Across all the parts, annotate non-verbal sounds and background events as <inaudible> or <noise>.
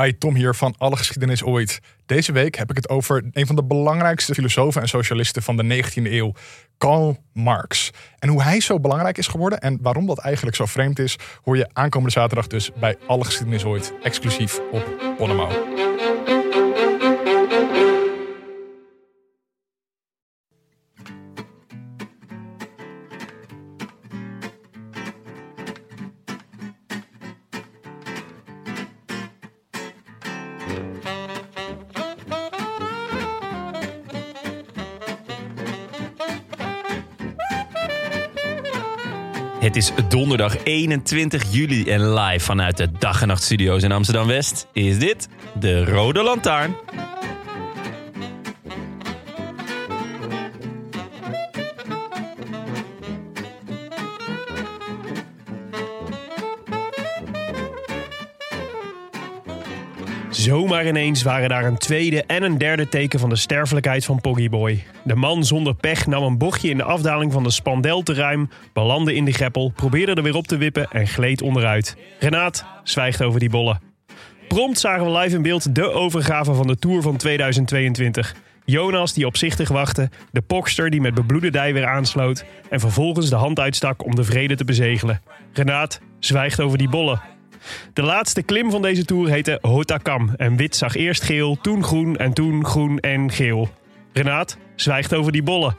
Hi, Tom hier van Alle Geschiedenis Ooit. Deze week heb ik het over een van de belangrijkste filosofen en socialisten van de 19e eeuw, Karl Marx. En hoe hij zo belangrijk is geworden en waarom dat eigenlijk zo vreemd is, hoor je aankomende zaterdag dus bij Alle Geschiedenis Ooit, exclusief op Bonnemouw. Het is donderdag 21 juli en live vanuit de Dag en Nacht Studio's in Amsterdam West is dit de Rode Lantaarn. Zomaar ineens waren daar een tweede en een derde teken van de sterfelijkheid van Poggyboy. De man zonder pech nam een bochtje in de afdaling van de spandel te ruim, belandde in de greppel, probeerde er weer op te wippen en gleed onderuit. Renaat zwijgt over die bollen. Prompt zagen we live in beeld de overgave van de Tour van 2022. Jonas die opzichtig wachtte, de pokster die met bebloede dij weer aansloot en vervolgens de hand uitstak om de vrede te bezegelen. Renaat zwijgt over die bollen. De laatste klim van deze tour heette Hotakam. En wit zag eerst geel, toen groen en toen groen en geel. Renaat zwijgt over die bollen.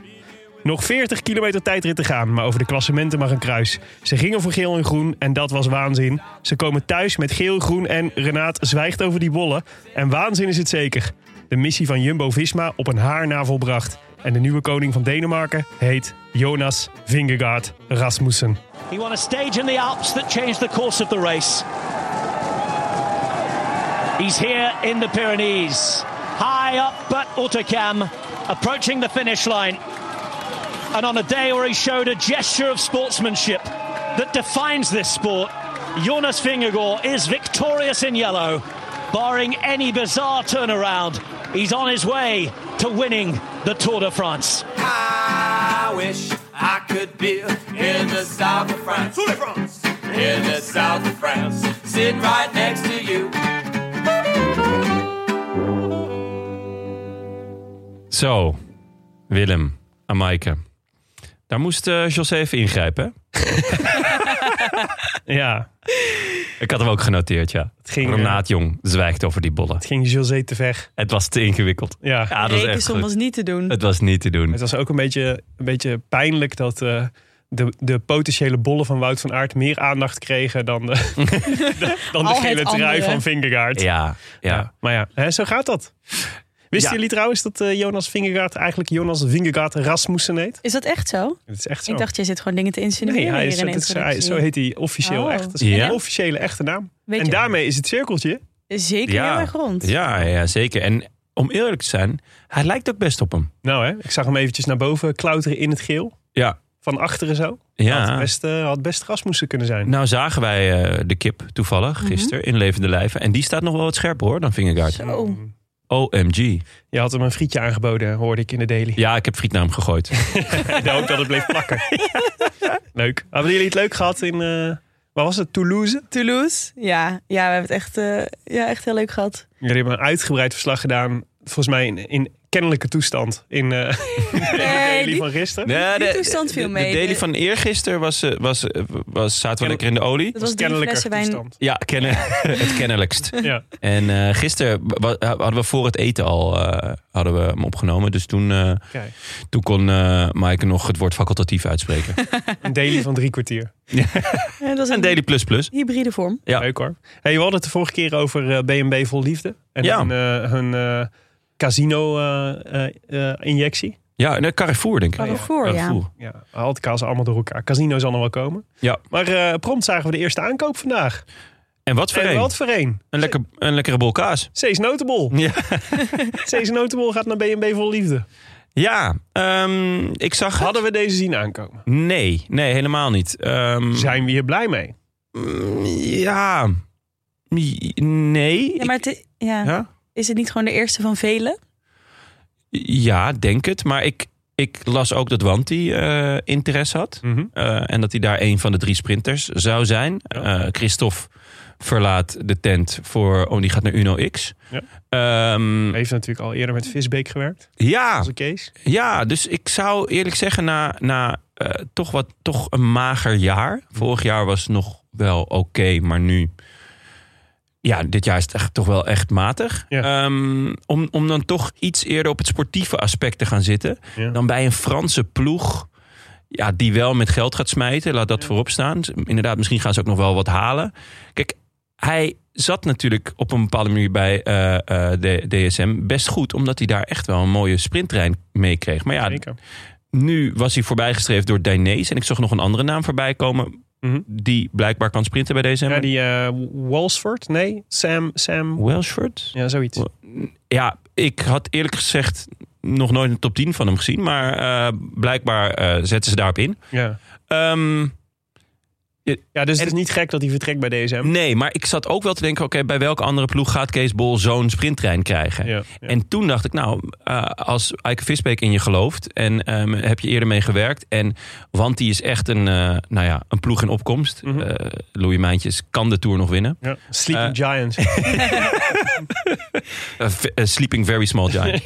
Nog 40 kilometer tijdrit te gaan, maar over de klassementen mag een kruis. Ze gingen voor geel en groen en dat was waanzin. Ze komen thuis met geel, groen en Renaat zwijgt over die bollen. En waanzin is het zeker. De missie van Jumbo-Visma op een haar na volbracht. En de nieuwe koning van Denemarken heet Jonas Vingegaard Rasmussen. He won a stage in the Alps that changed the course of the race. He's here in the Pyrenees, high up at Autocam, approaching the finish line. And on a day where he showed a gesture of sportsmanship that defines this sport, Jonas Vingegaard is victorious in yellow. Barring any bizarre turnaround, he's on his way to winning the Tour de France. I wish I could be in the south of France. In the south of France. Sitting right next to you. Zo, Willem, Amaike. Daar moest eh, José even ingrijpen. hè? Ja, Ik had hem ook genoteerd, ja. Het ging, eh, Renaat Jong zwijgt over die bollen. het ging José te ver. Het was te ingewikkeld. Ja. Ja, dat was echt Rekensom goed. was niet te doen. Het was niet te doen. Het was ook een beetje, een beetje pijnlijk dat eh, de, de potentiële bollen van Wout van Aert meer aandacht kregen <laughs> dan de, dan de Al gele het trui andere. van Vingegaard. Ja, ja. Maar ja, hè, zo gaat dat. Wisten Ja. jullie trouwens dat eh, Jonas Vingegaard eigenlijk Jonas Vingegaard Rasmussen heet? Is dat echt zo? Het is echt zo. Ik dacht, jij zit gewoon dingen te insinueren nee, hij hier is, in de dat is- hij- introductie. zo heet hij officieel Oh. echt. Dat is Ja? een officiële echte naam. Weet en je- daarmee is het cirkeltje. Zeker Ja. heel erg rond. Ja, ja, zeker. En om eerlijk te zijn, hij lijkt ook best op hem. Nou hè, ik zag hem eventjes naar boven klauteren in het geel. Ja. Van achteren zo. Had Ja. best, eh, had best Rasmussen kunnen zijn. Nou zagen wij eh, de kip toevallig gisteren in levende lijven. En die staat nog wel wat scherper hoor dan Vingergaard. Zo. OMG. Je had hem een frietje aangeboden, hoorde ik in de daily. Ja, ik heb frietnaam gegooid. Ik hoop dat het bleef <laughs> plakken. Leuk. Hebben jullie het leuk gehad in, eh waar was het, Toulouse? Toulouse? Ja, ja we hebben het echt, eh, ja, echt heel leuk gehad. Jullie hebben een uitgebreid verslag gedaan, volgens mij in, in kennelijke toestand, in eh, Nee, jullie die- van gisteren. Nee, die toestand viel mee. De daily van eergisteren was, eh, was, eh, was, zaten we lekker in de olie. dat was drie Kennelijke flessen wijn. toestand. Ja, kennen, het kennelijkst. Ja. En eh, gisteren wa- hadden we voor het eten al eh, hadden we hem opgenomen. Dus toen, eh, <laughs> Kijk, toen kon eh Maaike nog het woord facultatief uitspreken. een daily van drie kwartier. Eh, Dat was en een daily plus plus. hybride vorm. Ja. Leuk hoor. Hey, we hadden het de vorige keer over eh, BNB Vol Liefde. En Ja. hun, eh, hun eh, casino-injectie. Ja, Oh, en eh, Carrefour denk ik. Carrefour, ja. ja, haalt kaas allemaal door elkaar. Casino zal nog wel komen. Ja. Maar eh, prompt zagen we de eerste aankoop vandaag. En wat voor En een? wat voor een? Een, lekker, een lekkere bol kaas. <laughs> Cees Notable. Ja. Cees Notable gaat naar B&B Vol Liefde. Ja, ehm, ik zag... Hadden we deze zien aankomen? Nee, nee, helemaal niet. Ehm, Zijn we hier blij mee? mm, ja, M- nee. Ja, maar het- ja. Ik- ja? is het niet gewoon de eerste van velen? Ja, denk het. Maar ik, ik las ook dat Wanti eh, interesse had. Hm. Eh, en dat hij daar een van de drie sprinters zou zijn. Eh, Christophe verlaat de tent voor... Oh, die gaat naar Uno X. Ja. Ehm, Heeft natuurlijk al eerder met Visbeek gewerkt. ja, Als een case. Ja, dus ik zou eerlijk zeggen, na, na eh, toch, wat, toch een mager jaar. Vorig jaar was nog wel oké, maar nu. Ja, dit jaar is het echt, toch wel echt matig. Ja. Ehm, om, om dan toch iets eerder op het sportieve aspect te gaan zitten. Ja. Dan bij een Franse ploeg. Ja, die wel met geld gaat smijten. Laat dat voorop staan. Inderdaad, misschien gaan ze ook nog wel wat halen. Kijk, hij zat natuurlijk op een bepaalde manier bij eh, eh, de DSM best goed. Omdat hij daar echt wel een mooie sprinttrein mee kreeg. Maar ja, Zeker. nu was hij voorbijgestreefd door Dainese. En ik zag nog een andere naam voorbij komen. Mhm. Die blijkbaar kan sprinten bij DSM. Ja, die eh Walsford? Nee, Sam, Sam. Welshford? Ja, zoiets. Ja, ik had eerlijk gezegd nog nooit een top 10 van hem gezien. Maar eh, blijkbaar eh, zetten ze daarop in. Ja. Ehm, ja, dus En- het is niet gek dat hij vertrekt bij DSM. nee, maar ik zat ook wel te denken... oké, bij welke andere ploeg gaat Kees Bol zo'n sprinttrein krijgen? Ja, ja. En toen dacht ik, nou, eh, als Eike Visbeek in je gelooft en ehm, heb je eerder mee gewerkt. En, want die is echt een, eh, nou ja, een ploeg in opkomst. Eh Mhm. Louis Mijntjes kan de Tour nog winnen. Ja. Sleeping <laughs> Giants. Eh, v- eh, sleeping very <laughs> small giant.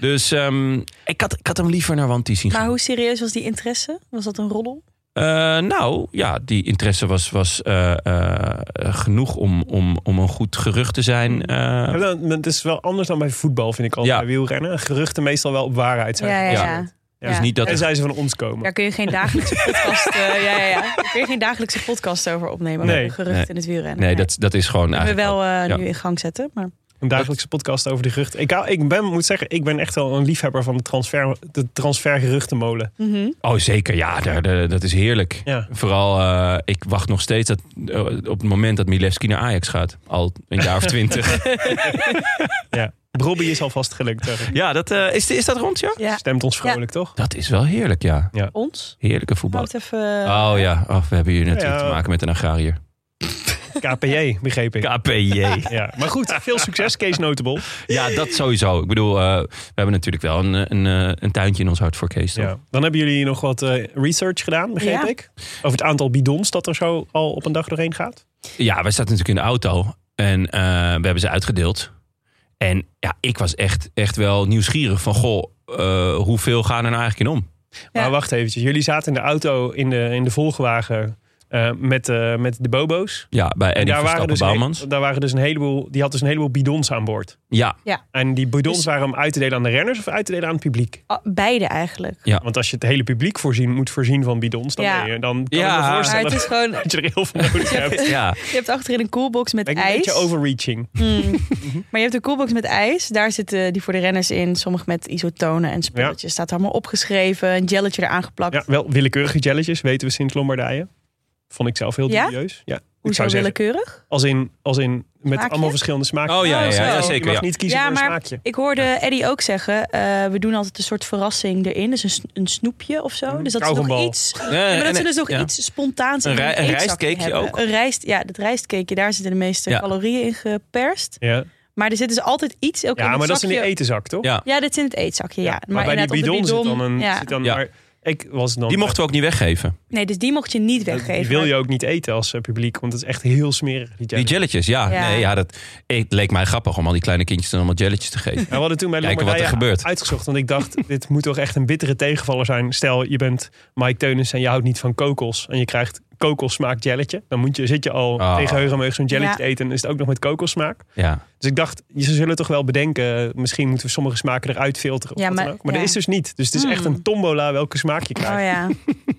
Dus ehm, ik, had, ik had hem liever naar Wanti zien Maar gaan. hoe serieus was die interesse? Was dat een roddel? Eh, nou, ja, die interesse was, was eh, eh, genoeg om, om, om een goed gerucht te zijn. eh. Ja, dan- maar Het is wel anders dan bij voetbal, vind ik altijd. Ja. Bij wielrennen. Geruchten meestal wel op waarheid zijn. Ja, ja, Ja. ja. Ja. dus niet dat En zij ze van ons komen. Daar kun je geen dagelijkse podcast, eh, ja, ja, ja. Daar kun je geen dagelijkse podcast over opnemen. Nee. Nee. Gerucht Nee. in het wielrennen. Nee, dat, dat is gewoon kunnen we eigenlijk... wel eh, ja. nu in gang zetten. Maar Een dagelijkse podcast over de geruchten. Ik, hou- ik ben, moet zeggen, ik ben echt wel een liefhebber van de, transfer, de transfergeruchtenmolen. Mhm. Oh, zeker. Ja, daar, daar- dat is heerlijk. Ja. Vooral, eh, ik wacht nog steeds dat, eh, op het moment dat Milevski naar Ajax gaat. Al een jaar of twintig. Ja. Robbie is alvast gelukt. zeg ik. <laughs> ja, dat, eh, is, is dat rond, ja? ja, Stemt ons vrolijk, toch? Dat is wel heerlijk, ja. ons. Heerlijke voetbal. Houd even. eh, Oh ja, oh, we hebben hier natuurlijk Ja. te maken met een agrariër. KPJ, begreep ik. KPJ. Ja. Maar goed, veel succes, Kees Notable. <laughs> Ja, dat sowieso. Ik bedoel, eh, we hebben natuurlijk wel een, eh, een, eh, een tuintje in ons hart voor Kees. toch? Ja. Dan hebben jullie nog wat eh, research gedaan, begreep Ja. ik. Over het aantal bidons dat er zo al op een dag doorheen gaat. Ja, wij zaten natuurlijk in de auto en eh, we hebben ze uitgedeeld. En ja, ik was echt, echt wel nieuwsgierig van, goh, eh, hoeveel gaan er nou eigenlijk in om? Ja. Maar wacht eventjes. Jullie zaten in de auto in de, in de volgwagen eh, met, eh, met de bobo's. Ja, bij En Eddie daar waren, Verstappen dus Bouwmans. een- daar waren dus een heleboel, die had dus een heleboel bidons aan boord. Ja, En die bidons Dus- waren om uit te delen aan de renners of uit te delen aan het publiek? Ah, beide eigenlijk. Want als je het hele publiek voorzien, moet voorzien van bidons, dan, Ja. ben je, dan kan Ja. ik me Maar voorstellen het is gewoon. dat je er heel veel <laughs> nodig hebt. ja. Je hebt achterin een koelbox met Lijkt me een ijs. beetje Mhm. overreaching. Mm. Maar je hebt een koelbox met ijs. Daar zitten die voor de renners in. Sommige met isotonen en spulletjes. Staat allemaal opgeschreven. Een jelletje eraan geplakt. Ja, wel willekeurige jelletjes, weten we sinds Lombardije. Vond ik zelf heel Ja? dubieus. Ja? ik Hoezo zou zeggen, willekeurig? als in, als in met Smaakje? allemaal verschillende smaakjes. Oh ja, ja, Oh, zo. ja, Je zeker. mag Ja. niet kiezen Ja, voor een maar- smaakje. Ik hoorde Eddie ook zeggen, eh, we doen altijd een soort verrassing erin. Dus een, s- een snoepje of Mm, zo. Dus dat ze nog kauwgombal. iets, Ja, en- maar dat ze dus nog ja. iets spontaans in Een hun rij- een eetzak rijstcakeje hebben. ook? Een rijst, ja, dat rijstcakeje, daar zitten de meeste Ja. calorieën in geperst. Ja, Maar er zit dus altijd iets, ook in ja het maar dat is in zakje. die etenzak, toch? Ja. Ja, dit is in het eetzakje, ja. Maar, bij die inderdaad op bidon de zit dan een... ja. Zit dan, Ja. maar ik was dan... Die mochten we ook niet weggeven. Nee, dus die mocht je niet weggeven. Die wil je ook niet eten als eh, publiek, want het is echt heel smerig, die Die jelletjes. jelletjes, ja. Ja. Nee, ja dat, het leek mij grappig om al die kleine kindjes dan allemaal jelletjes te <laughs> geven. Ja, Nou, we hadden toen bij Kijken wat er Lombardije gebeurt. uitgezocht, want ik dacht, <laughs> dit moet toch echt een bittere tegenvaller zijn. Stel, je bent Mike Teunis en je houdt niet van kokos en je krijgt kokosmaak jelletje. Dan moet je, zit je al Ah. tegen heugenmeug zo'n jelletje Ja. te eten en is het ook nog met kokosmaak. Ja. Dus ik dacht, ze zullen toch wel bedenken, misschien moeten we sommige smaken eruit filteren. Of Ja, wat dan maar- ook. maar ja. dat is dus niet. Dus het is Hmm. echt een tombola welke smaak je krijgt. Oh ja, <laughs>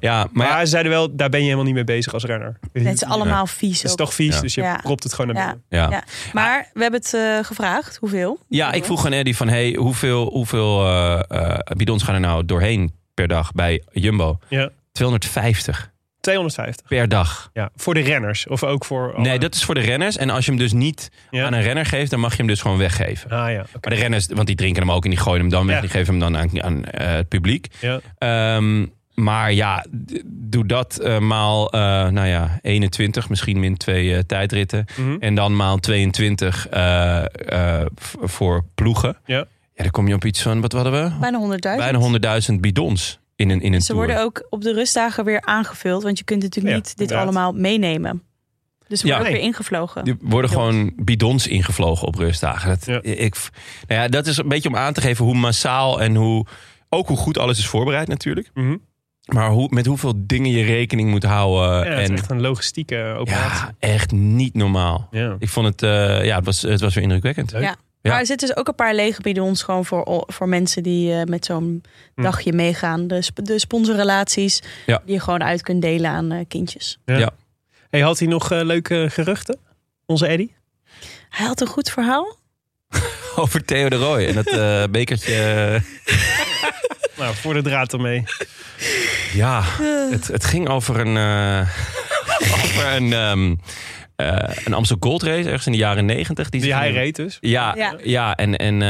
ja, maar Maar ja, ze zeiden wel, daar ben je helemaal niet mee bezig als renner. het is allemaal vies Het is ook. toch vies, Ja. dus je Ja. propt het gewoon naar Ja. binnen. ja. Ja. Maar we hebben het eh, gevraagd, hoeveel? Ja, ik vroeg aan Eddie van, hey, hoeveel, hoeveel eh, eh, bidons gaan er nou doorheen per dag bij Jumbo? Ja. 250. 250. per dag. Ja, voor de renners. Of ook voor... alle- Nee, dat is voor de renners. En als je hem dus niet Oh, Ja. aan een renner geeft, dan mag je hem dus gewoon weggeven. Ah ja, oké. Maar de renners, want die drinken hem ook en die gooien hem dan weg. Ja. Die geven hem dan aan, aan eh, het publiek. Ja. Ehm, maar ja, d- doe dat eh, maal eh, nou ja, 21, misschien min twee eh, tijdritten. Mhm. En dan maal 22 eh, eh, v- voor ploegen. Ja. ja, dan kom je op iets van, wat hadden we? Bijna 100.000. Bijna 100.000 bidons in een, in een Ze tour. worden ook op de rustdagen weer aangevuld. Want je kunt natuurlijk Ja, niet dit inderdaad. allemaal meenemen. Dus ze Ja. worden ook Nee. weer ingevlogen. Er worden Bidons. gewoon bidons ingevlogen op rustdagen. Dat, Ja. ik, nou ja, dat is een beetje om aan te geven hoe massaal en hoe, ook hoe goed alles is voorbereid natuurlijk. Mhm. Maar hoe, met hoeveel dingen je rekening moet houden. Ja, het en is echt een logistieke operatie. ja, echt niet normaal. Ja. Ik vond het, eh, ja, het was, het was weer indrukwekkend. Leuk. Ja. Ja. Maar er zitten dus ook een paar lege bidons gewoon voor, voor mensen die eh, met zo'n Hm. dagje meegaan. De, sp- de sponsorrelaties Ja. die je gewoon uit kunt delen aan eh, kindjes. Hey, had hij nog eh, leuke geruchten? Onze Eddy? Hij had een goed verhaal. <laughs> Over Theo de Roy en dat <laughs> eh, bekertje. Nou, voor de draad ermee. ja, Eh. het, het ging over een, eh, <laughs> over een, ehm, eh, een Amsterdam Gold Race ergens in de jaren negentig. Die hij reed dus. Ja, ja. Ja. en, en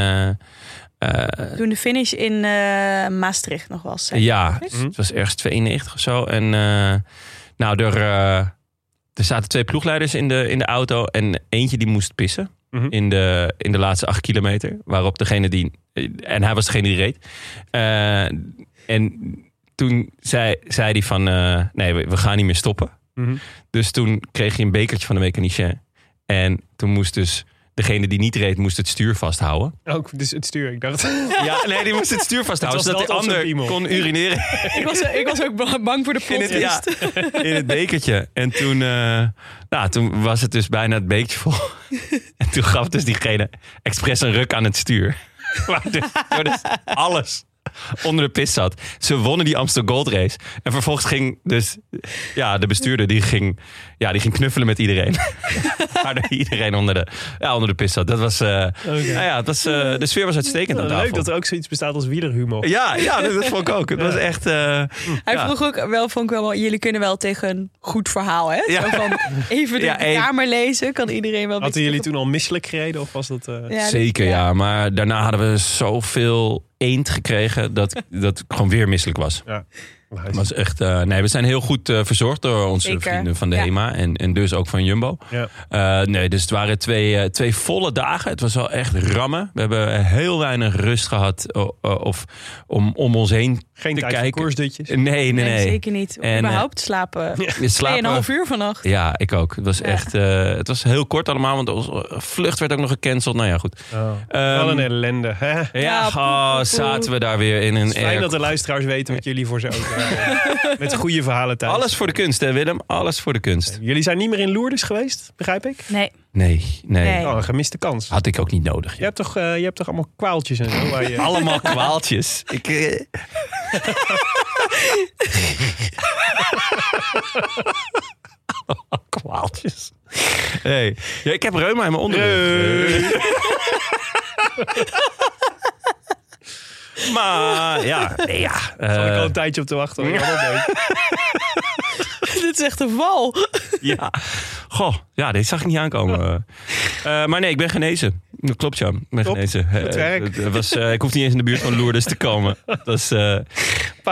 eh, eh, Toen de finish in eh, Maastricht nog was. hè. ja, Mhm. het was ergens 92 of zo. En eh, nou, er, eh, er zaten twee ploegleiders in de, in de auto en eentje die moest pissen. Mhm. In, de, in de laatste acht kilometer. Waarop degene die. eh, En hij was degene die reed. Eh, en toen zei hij die van. eh, nee, we, we gaan niet meer stoppen. Mhm. Dus toen kreeg hij een bekertje van de mechanicien. En toen moest dus. Degene die niet reed, moest het stuur vasthouden. Ook dus het stuur, ik dacht. <laughs> Ja, nee, die moest het stuur vasthouden. Het was zodat de Nou, dat of een ander piemel. kon <laughs> urineren Ik, was, ik was ook ba- bang voor de in het, plot. ja, in het bekertje. En toen, eh, nou, toen was het dus bijna het beekje vol. <laughs> En toen gaf dus diegene expres een ruk aan het stuur. <laughs> Waar dus, waar dus alles onder de pis zat. Ze wonnen die Amsterdam Gold Race. En vervolgens ging dus ja, de bestuurder die ging, ja, die ging knuffelen met iedereen. <laughs> Waardoor iedereen onder de, ja, onder de pis zat. Dat was, eh, nou ja, het was, eh, de sfeer was uitstekend aan tafel. Nou, Leuk dat er ook zoiets bestaat als wielerhumor. Ja, ja, dat dat vond ik ook. Het was echt... eh, Hij ja. vroeg ook wel, vond ik wel, wel, jullie kunnen wel tegen een goed verhaal. Hè? Ja. Zo van, even de Ja, en- kamer lezen, kan iedereen wel... Hadden jullie toen al misselijk gereden of was dat... eh, Ja, dat- Zeker, ja. Maar daarna hadden we zoveel eend gekregen dat, dat ik gewoon weer misselijk was. ja. Het was echt, eh, nee, we zijn heel goed eh, verzorgd door onze Zeker, vrienden van de ja. HEMA en, en dus ook van Jumbo. Ja. Eh, nee, dus het waren twee, eh, twee volle dagen. Het was wel echt rammen. We hebben heel weinig rust gehad o- o- of om, om ons heen Geen te tijd kijken. voor Ehm, koersdutjes. Nee, nee, Nee, nee. zeker niet. En, eh, Überhaupt slapen. We slapen. 2,5 uur vannacht. Ja, ik ook. Het was Ja. echt, eh, het was heel kort allemaal, want onze vlucht werd ook nog gecanceld. Nou ja, goed. Ehm, Wat Oh. een ellende. Hè? Het Ja, Ja, goh, poe, poe, poe. zaten we daar weer in een is Fijn air- dat de luisteraars weten wat jullie voor ze ook <laughs> hebben. Met goede verhalen thuis. Alles voor de kunst, hè Willem? Alles voor de kunst. Jullie zijn niet meer in Lourdes geweest, begrijp ik? Nee, Nee, nee. Nee. Oh, een gemiste kans. Had ik ook niet nodig. Je joh. hebt toch, eh, je hebt toch allemaal kwaaltjes en zo? <laughs> Waar je... Allemaal kwaaltjes. Ik, eh, kwaaltjes. Hey. Ja, ik heb reuma in mijn onderrug. maar ja, nee, ja. Zal ik eh, al een tijdje op te wachten. hoor. Ja, dat leuk. <laughs> dit is echt een val. Ja. Goh, ja, dit zag ik niet aankomen. Eh, maar nee, ik ben genezen. Dat klopt, ja. Ik ben Top, genezen. Eh, goed werk. het- het was, eh, ik hoef niet eens in de buurt van Lourdes te komen. Dat is, eh, Een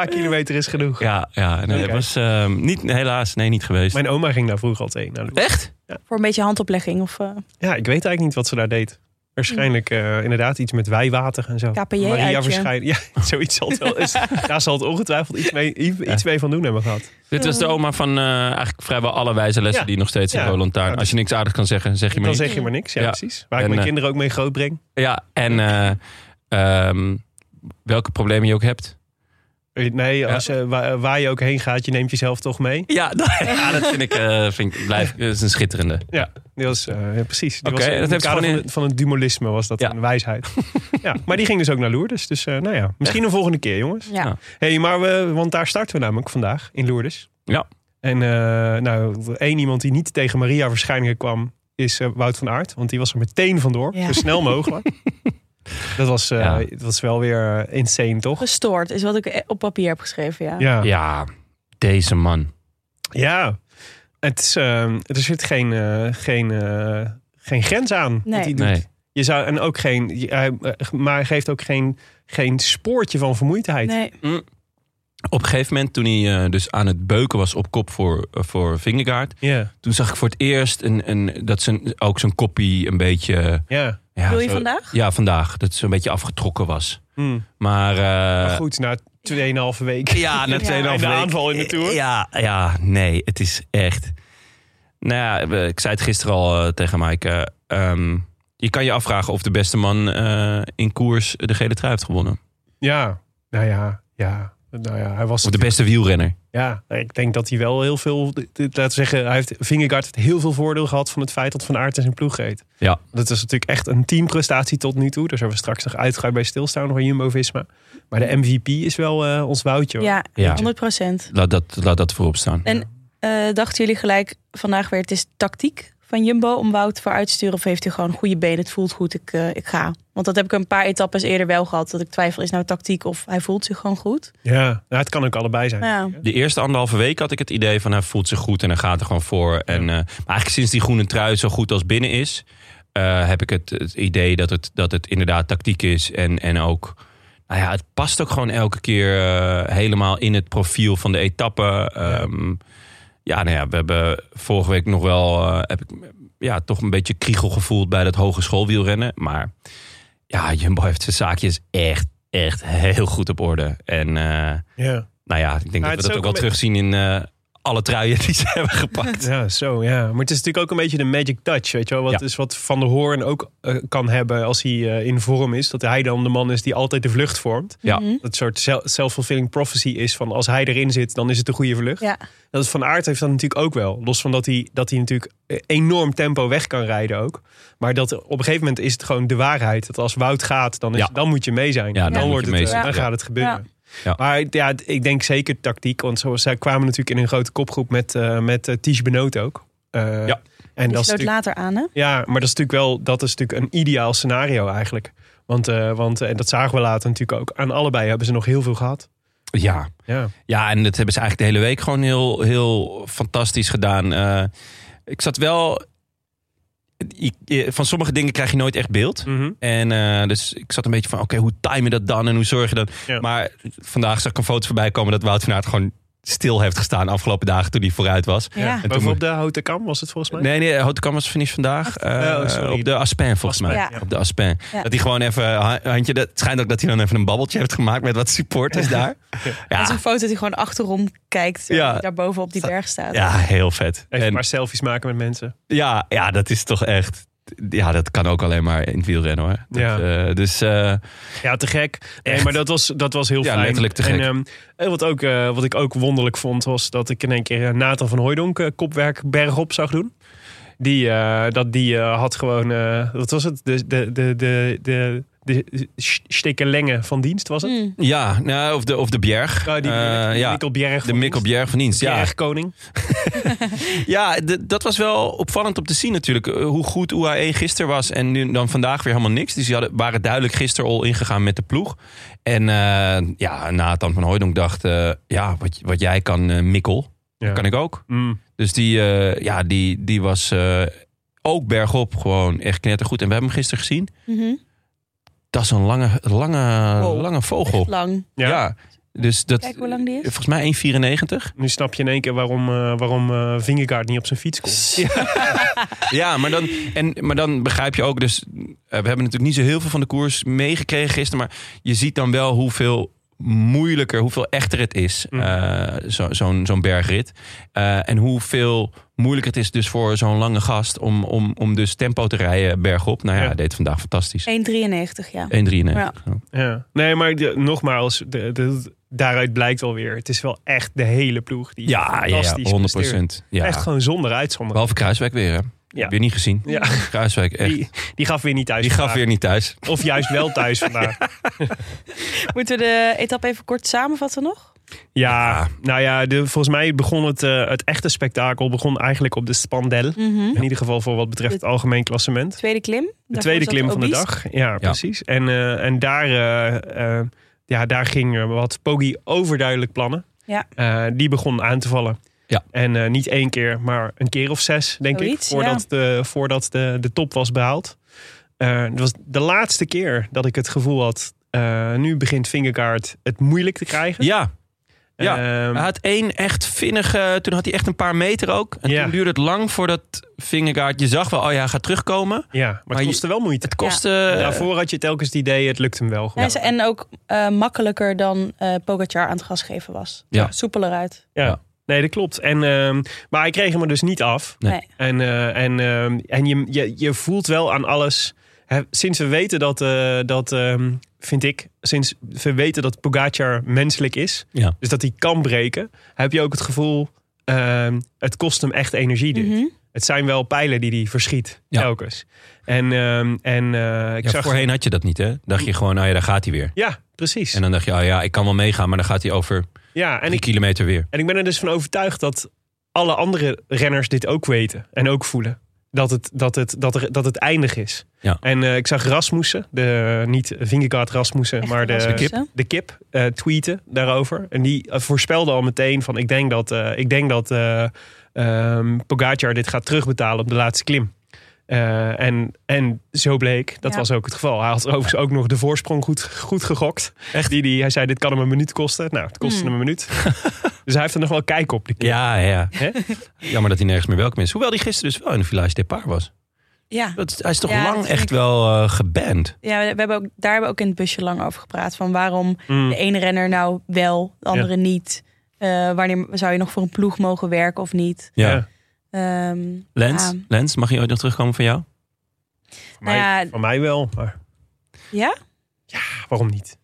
paar kilometer is genoeg. ja, ja. Nee, dat Oké. was eh, niet, helaas, nee, niet geweest. Mijn oma ging daar vroeger altijd naar. Lourdes. Echt? Voor een beetje handoplegging of eh, Ja, ik weet eigenlijk niet wat ze daar deed. Waarschijnlijk eh, inderdaad iets met wijwater en zo. KPJ Maria uitje. waarschijnlijk. Ja, <laughs> zoiets zal het wel. Is, daar zal het ongetwijfeld iets mee, iets mee van doen hebben gehad. Dit was de oma van eh, eigenlijk vrijwel alle wijze lessen Ja. die nog steeds in Ja. Roland Taarn. Ja, dus- Als je niks aardig kan zeggen, zeg je maar Dan niet. zeg je maar niks. Ja, Ja. precies. Waar ik En, mijn eh, kinderen ook mee groot breng. Ja, en eh, ehm, welke problemen je ook hebt. Eh, Nee, als, je- wa- waar, je ook heen gaat, je neemt jezelf toch mee. Ja, dat, <laughs> ja, dat vind ik, eh, vind ik blijf, dat is een schitterende. Ja, die was, eh, ja, precies. Die Oké, was in dat het heeft kader gewoon van, in- het- van het dualisme was dat Ja. een <laughs> wijsheid. ja, maar die ging dus ook naar Lourdes. Dus eh, nou ja, misschien een volgende keer, jongens. Ja. Ja. hey, maar we, want daar starten we namelijk vandaag in Lourdes. Ja. En eh, nou, één iemand die niet tegen Maria verschijningen kwam, is eh, Wout van Aert. Want die was er meteen vandoor, Ja. zo snel <laughs> mogelijk. dat, was, eh, Ja. dat was wel weer eh, insane, toch? Gestoord is wat ik eh, op papier heb geschreven, ja. Ja. Ja, deze man. Ja, het is, ehm, er zit geen, eh, geen, eh, geen grens aan. Nee. wat hij doet. Nee. Je zou, en ook geen, je- hij, eh, maar hij geeft ook geen, geen spoortje van vermoeidheid. Nee. Op een gegeven moment, toen hij eh, dus aan het beuken was op kop voor, eh, voor Vingegaard... Ja, toen zag ik voor het eerst een, een, dat zijn, ook zijn kopie een beetje... eh, ja. Ja, Wil je zo- vandaag? Ja, vandaag. Dat het zo'n beetje afgetrokken was. Hm. Maar, eh, Maar goed, na 2,5 week. <laughs> Ja, na 2,5 En de week. aanval in de Tour. Ja, ja, nee, het is echt... Nou ja, we- ik zei het gisteren al eh, tegen Mike. eh, ehm, je kan je afvragen of de beste man eh, in koers de gele trui heeft gewonnen. Ja, nou ja, ja. Nou ja, hij was Of de beste wielrenner. Ja, ik denk dat hij wel heel veel. dit- dit- Laten we zeggen, hij heeft, Vingegaard heeft heel veel voordeel gehad van het feit dat Van Aert in zijn ploeg reed. Ja. Dat is natuurlijk echt een teamprestatie tot nu toe. Daar zullen we straks nog uitgaan bij stilstaan van Jumbo Visma. Maar de MVP is wel eh, ons Woutje. hoor. Ja, Ja. 100 procent. Laat dat, laat dat voorop staan. En dachten jullie gelijk vandaag weer, het is tactiek van Jumbo om Wout voor uit te sturen? Of heeft hij gewoon goede benen, het voelt goed, ik, eh, ik ga? Want dat heb ik een paar etappes eerder wel gehad. Dat ik twijfel, is nou tactiek of hij voelt zich gewoon goed? Nou ja. Nou, het kan ook allebei zijn. Ja, De eerste anderhalve week had ik het idee van hij voelt zich goed en hij gaat er gewoon voor. En, eh, maar eigenlijk sinds die groene trui zo goed als binnen is, eh, heb ik het, het idee dat het, dat het inderdaad tactiek is. En, en ook, nou ja, het past ook gewoon elke keer eh, helemaal in het profiel van de etappe. Ehm, ja, nou ja, we hebben vorige week nog wel, eh, heb ik ja, toch een beetje kriegel gevoeld bij dat hogeschoolwielrennen. Maar ja, Jumbo heeft zijn zaakjes echt, echt heel goed op orde. En... eh, Ja. nou ja, ik denk dat Maar we het dat is ook ook wel een terugzien in eh, alle truien die ze <laughs> hebben gepakt. Ja, zo ja. Maar het is natuurlijk ook een beetje de magic touch, weet je wel. Wat, Ja. is wat Van der Hoorn ook eh, kan hebben als hij eh, in vorm is. Dat hij dan de man is die altijd de vlucht vormt. Ja. mhm. Dat soort zel- self-fulfilling prophecy is van als hij erin zit, dan is het de goede vlucht. ja. Dat is van Aert heeft dat natuurlijk ook wel. Los van dat hij, dat hij natuurlijk enorm tempo weg kan rijden ook. Maar dat op een gegeven moment is het gewoon de waarheid. Dat als Wout gaat, dan, is, Ja. dan moet je mee zijn. Ja, dan moet wordt je het, mee eh, zijn. dan Ja. gaat het gebeuren. Ja. Maar ja, d- ik denk zeker tactiek. Want zoals zij kwamen natuurlijk in een grote kopgroep met, eh met eh, Ties Benoot ook. Eh, Ja. En dat Die is sloot natuurlijk- later aan, hè? ja, maar dat is natuurlijk wel dat is natuurlijk een ideaal scenario eigenlijk. Want, eh, want en dat zagen we later natuurlijk ook. Aan allebei hebben ze nog heel veel gehad. Ja. Ja. ja, en dat hebben ze eigenlijk de hele week gewoon heel, heel fantastisch gedaan. Eh, ik zat wel... je- je- van sommige dingen krijg je nooit echt beeld. En eh, dus ik zat een beetje van, oké, hoe time je dat dan en hoe zorg je dat? Ja. Maar vandaag zag ik een foto voorbij komen dat Wout van Aert gewoon stil heeft gestaan de afgelopen dagen toen hij vooruit was. Ja. En toen Bovenop de houten kam was het volgens mij. Nee, nee, Houtkamp was finish vandaag. eh, Oh, sorry. op de Aspen volgens mij. Aspen, ja. Op de Aspen. Ja. Dat hij gewoon even, ha- handje, dat, het schijnt ook dat hij dan even een babbeltje heeft gemaakt met wat <laughs> supporters daar. Dat is Ja, een foto dat hij gewoon achterom kijkt. Ja. Ja. Daarboven op die berg staat. ja heel vet. Even een En paar selfies maken met mensen. ja, ja, dat is toch echt, ja, dat kan ook alleen maar in het wielrennen hoor. Dat, Ja. eh, dus eh, Ja, te gek. Nee, Echt. maar dat was, dat was heel Ja, fijn. letterlijk te gek. En, ehm, en wat, ook, eh, wat ik ook wonderlijk vond, was dat ik in één keer eh, Nathan van Hooijdonk eh, kopwerk bergop zag doen. Die, eh, dat die eh, had gewoon, eh wat was het? De, de, de, de, de, de stekelengen van dienst was het? Mm. ja, nou, of de, of de Bjerg. Oh, die Eh, de ja. Mikkelbjerg De van Mikkel Bjerg van dienst. dienst. Ja, Bergkoning. ja d- dat was wel opvallend om te zien natuurlijk. eh, Hoe goed UAE gisteren was en nu dan vandaag weer helemaal niks. Dus die hadden, waren duidelijk gisteren al ingegaan met de ploeg. En eh ja, Nathan van Hooydonk dacht... eh, ja, wat, wat jij kan, eh, Mikkel, Ja. kan ik ook. Mm. Dus die, eh, ja, die, die was eh, ook bergop gewoon echt knettergoed. En we hebben hem gisteren gezien. Mhm. Dat is een lange, lange, Wow. lange vogel. Lang. Ja. Dus dat, Kijk hoe lang die is. volgens mij 1,94. Nu snap je in één keer waarom, eh waarom eh, Vingegaard niet op zijn fiets komt. Ja, maar dan, en, maar dan begrijp je ook dus... eh, we hebben natuurlijk niet zo heel veel van de koers meegekregen gisteren... maar je ziet dan wel hoeveel moeilijker, hoeveel echter het is... Mm. eh, zo- zo'n zo'n bergrit. Eh, en hoeveel moeilijker het is dus voor zo'n lange gast... om, om, om dus tempo te rijden bergop. Nou ja, Ja. hij deed vandaag fantastisch. 1,93, ja. 1,93. Ja. Ja. Ja. Nee, maar de- nogmaals, de, de- daaruit blijkt wel weer. Het is wel echt de hele ploeg die Ja, ja, fantastisch 100 presteert. procent. Ja. Echt gewoon zonder uitzondering. Behalve Kruiswijk weer, hè? Ja. Weer niet gezien. Ja. Kruiswijk, echt. Die, Die, die gaf weer niet thuis gaf vandaag. weer niet thuis. Of juist <laughs> wel thuis vandaag. Ja, Moeten we de etappe even kort samenvatten nog? nou ja, de, volgens mij begon het, eh, het echte spektakel begon eigenlijk op de Spandel. Mhm. In ieder geval voor wat betreft het algemeen klassement. Tweede klim. De tweede klim van de dag. Ja, precies. En, eh, en daar, eh, eh, ja, daar ging eh, wat Poggi overduidelijk plannen. Ja. Eh, die begon aan te vallen. Ja. En eh, niet één keer, maar een keer of zes, denk Zoiets, ik. Voordat, de, voordat de, de top was behaald. Eh, het was de laatste keer dat ik het gevoel had. eh, nu begint Vingergaard het moeilijk te krijgen. Ja, ja. Ehm, Hij had één echt vinnige. Toen had hij echt een paar meter ook. En Ja. toen duurde het lang voordat Vingegaard. Je zag wel, oh ja, hij gaat terugkomen. ja, maar, Maar je- het kostte wel moeite. Eh, Het kostte. Daarvoor had je telkens het idee, het lukt hem wel. Hij gewoon. is- En ook eh, makkelijker dan eh Pogacar aan het gas geven was. Ja. Soepeler uit. Ja. Ja. Nee, dat klopt. En, ehm, maar hij kreeg hem er dus niet af. Nee. Nee. En, eh, en, ehm, en je, je, je voelt wel aan alles. Hè, sinds we weten dat, eh, dat ehm, vind ik, sinds we weten dat Pogacar menselijk is, Ja. dus dat hij kan breken, heb je ook het gevoel, ehm, het kost hem echt energie. dit. Mhm. Het zijn wel pijlen die hij verschiet, Ja. telkens. En, ehm, en eh, ik Ja, zag... Voorheen had je dat niet, hè? Dacht je gewoon, nou ja, daar gaat hij weer. Ja, precies. En dan dacht je, oh ja, ik kan wel meegaan, maar dan gaat hij over ja, en drie ik, kilometer weer. En ik ben er dus van overtuigd dat alle andere renners dit ook weten en ook voelen. Dat het, dat het, dat er, dat het eindig is. Ja. En eh, ik zag Rasmussen, de, niet Vingegaard Rasmussen, Echt maar de, Rasmussen. kip, de kip eh, tweeten daarover. En die eh, voorspelde al meteen van ik denk dat, eh, ik denk dat eh, ehm, Pogacar dit gaat terugbetalen op de laatste klim. Eh, en, en zo bleek, dat Ja. was ook het geval. Hij had overigens ook nog de voorsprong goed, goed gegokt. Echt? Die, die, hij zei, dit kan hem een minuut kosten. Nou, het kostte Hmm. hem een minuut. <laughs> Dus hij heeft er nog wel kijk op. Die kip. Ja, ja. Hè? Jammer dat hij nergens meer welkom is. Hoewel hij gisteren dus wel in de Village Depart was. Ja. Dat, is- hij is toch Ja, dat lang vind ik- echt wel eh, geband. Ja, we hebben ook, daar hebben we ook in het busje lang over gepraat. Van waarom Mm. de ene renner nou wel, de andere niet. Eh, wanneer zou je nog voor een ploeg mogen werken of niet? Ja. Ja. Ehm, Lens, Ja. Lens, mag hij ooit nog terugkomen van jou? Voor mij, Nou ja. voor mij wel, maar ja? waarom niet?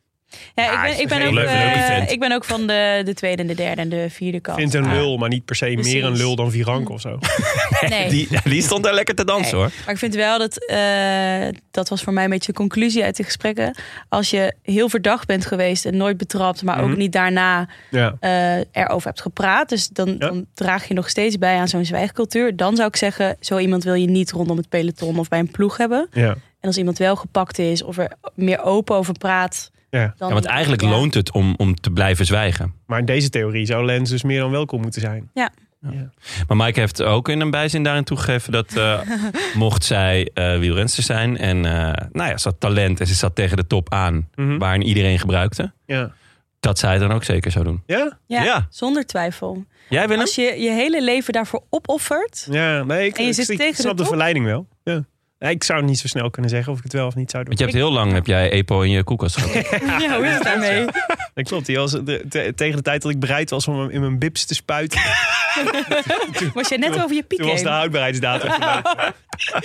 Ja, Ja, ik ben, ik ben, het is een ook, heel leuk- leuk eh, event. ik ben ook van de, de tweede en de derde en de vierde Ik kant. vind een Ah. lul, maar niet per se meer een Precies. lul dan Virank of <laughs> zo. <laughs> Ah. Nee. Die, <laughs> die stond daar lekker te dansen Nee. hoor. Maar ik vind wel dat, eh, dat was voor mij een beetje de conclusie uit de gesprekken. Als je heel verdacht bent geweest en nooit betrapt, maar Mhm. ook niet daarna Ja. eh, erover hebt gepraat. Dus dan, dan draag je nog steeds bij aan zo'n zwijgcultuur. Dan zou ik zeggen, zo iemand wil je niet rondom het peloton of bij een ploeg hebben. Ja. En als iemand wel gepakt is of er meer open over praat. Ja. Dan Ja, want eigenlijk ja. loont het om, om te blijven zwijgen. Maar in deze theorie zou Lens dus meer dan welkom moeten zijn. Maar Mike heeft ook in een bijzin daarin toegegeven dat eh, <laughs> mocht zij eh wielrenster zijn en eh, nou ja, ze had talent en ze zat tegen de top aan Mhm. waarin iedereen gebruikte, Ja. dat zij het dan ook zeker zou doen. Ja? Ja, Ja. zonder twijfel. Jij Willem? Als je je hele leven daarvoor opoffert. Ja, nee, ik, En je ik- zit ik tegen de snap de, top? verleiding wel. Ja. Nee, Ik zou niet zo snel kunnen zeggen of ik het wel of niet zou doen. Want je hebt heel lang heb jij EPO in je koelkast gehad. <laughs> Ja, hoe is het daarmee? Dat klopt. Die was de- te- tegen de tijd dat ik bereid was om hem in mijn bips te <laughs> spuiten, Was jij net over je piek toen was heen? de houdbaarheidsdatum. <laughs> voorbij.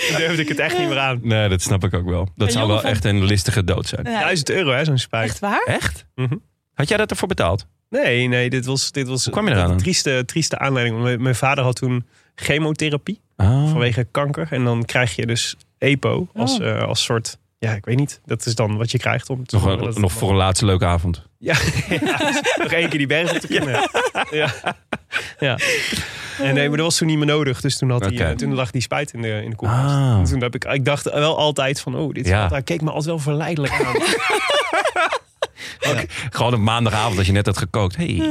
toen durfde ik het echt niet meer aan. Nee, dat snap ik ook wel. Dat Een zou wel jongen van- echt een listige dood zijn. Ja, Duizend euro, hè, zo'n spuit. echt waar? Eh. Echt? Mhm. Had jij dat ervoor betaald? Nee, nee, dit was, dit was Hoe kwam je eraan? een trieste, trieste aanleiding. Want Mijn, mijn vader had toen chemotherapie Ah. vanwege kanker. En dan krijg je dus EPO als, Oh. eh, als soort... Ja, ik weet niet. Dat is dan wat je krijgt. Om te Nog, zorgen dat een, het- nog voor een laatste leuke avond. Ja, ja, nog één keer die berg <laughs> op te klimmen. Ja. Ja. En nee, maar dat was toen niet meer nodig. Dus toen, had hij, Oké. eh, toen lag die spuit in de, in de koelkast. Ah. En Toen heb ik, ik dacht wel altijd van, oh, dit is Ja. altijd- hij keek me altijd wel verleidelijk aan. <laughs> Gewoon op maandagavond als je net had gekookt. Hey.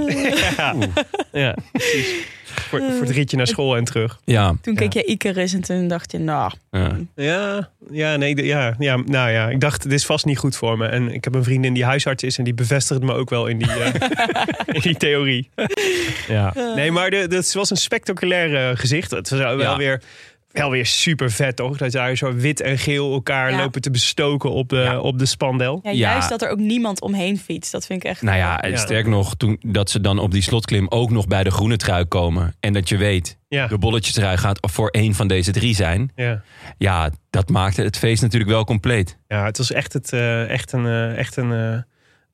ja, precies. Voor, voor het ritje naar school en terug. Ja. Toen keek je Icarus en toen dacht je, nou, ja. Ja, ja, nee, d- ja, ja, nou ja, ik dacht, dit is vast niet goed voor me. En ik heb een vriendin die huisarts is en die bevestigt me ook wel in die, eh, <laughs> in die theorie. Ja. Ah. Nee, maar de- dat was een spectaculair eh, gezicht. Het was wel Ja. weer... Wel weer super vet, toch? Dat daar zo wit en geel elkaar Ja. lopen te bestoken op de, Ja. op de spandel. ja, Ja. juist dat er ook niemand omheen fietst. Dat vind ik echt... Nou ja, Ja. sterk nog, toen, dat ze dan op die slotklim ook nog bij de groene trui komen. En dat je weet, Ja. de bolletjestrui gaat voor één van deze drie zijn. Ja. Ja, dat maakte het feest natuurlijk wel compleet. ja, het was echt, het, eh, echt een, eh, echt een, eh,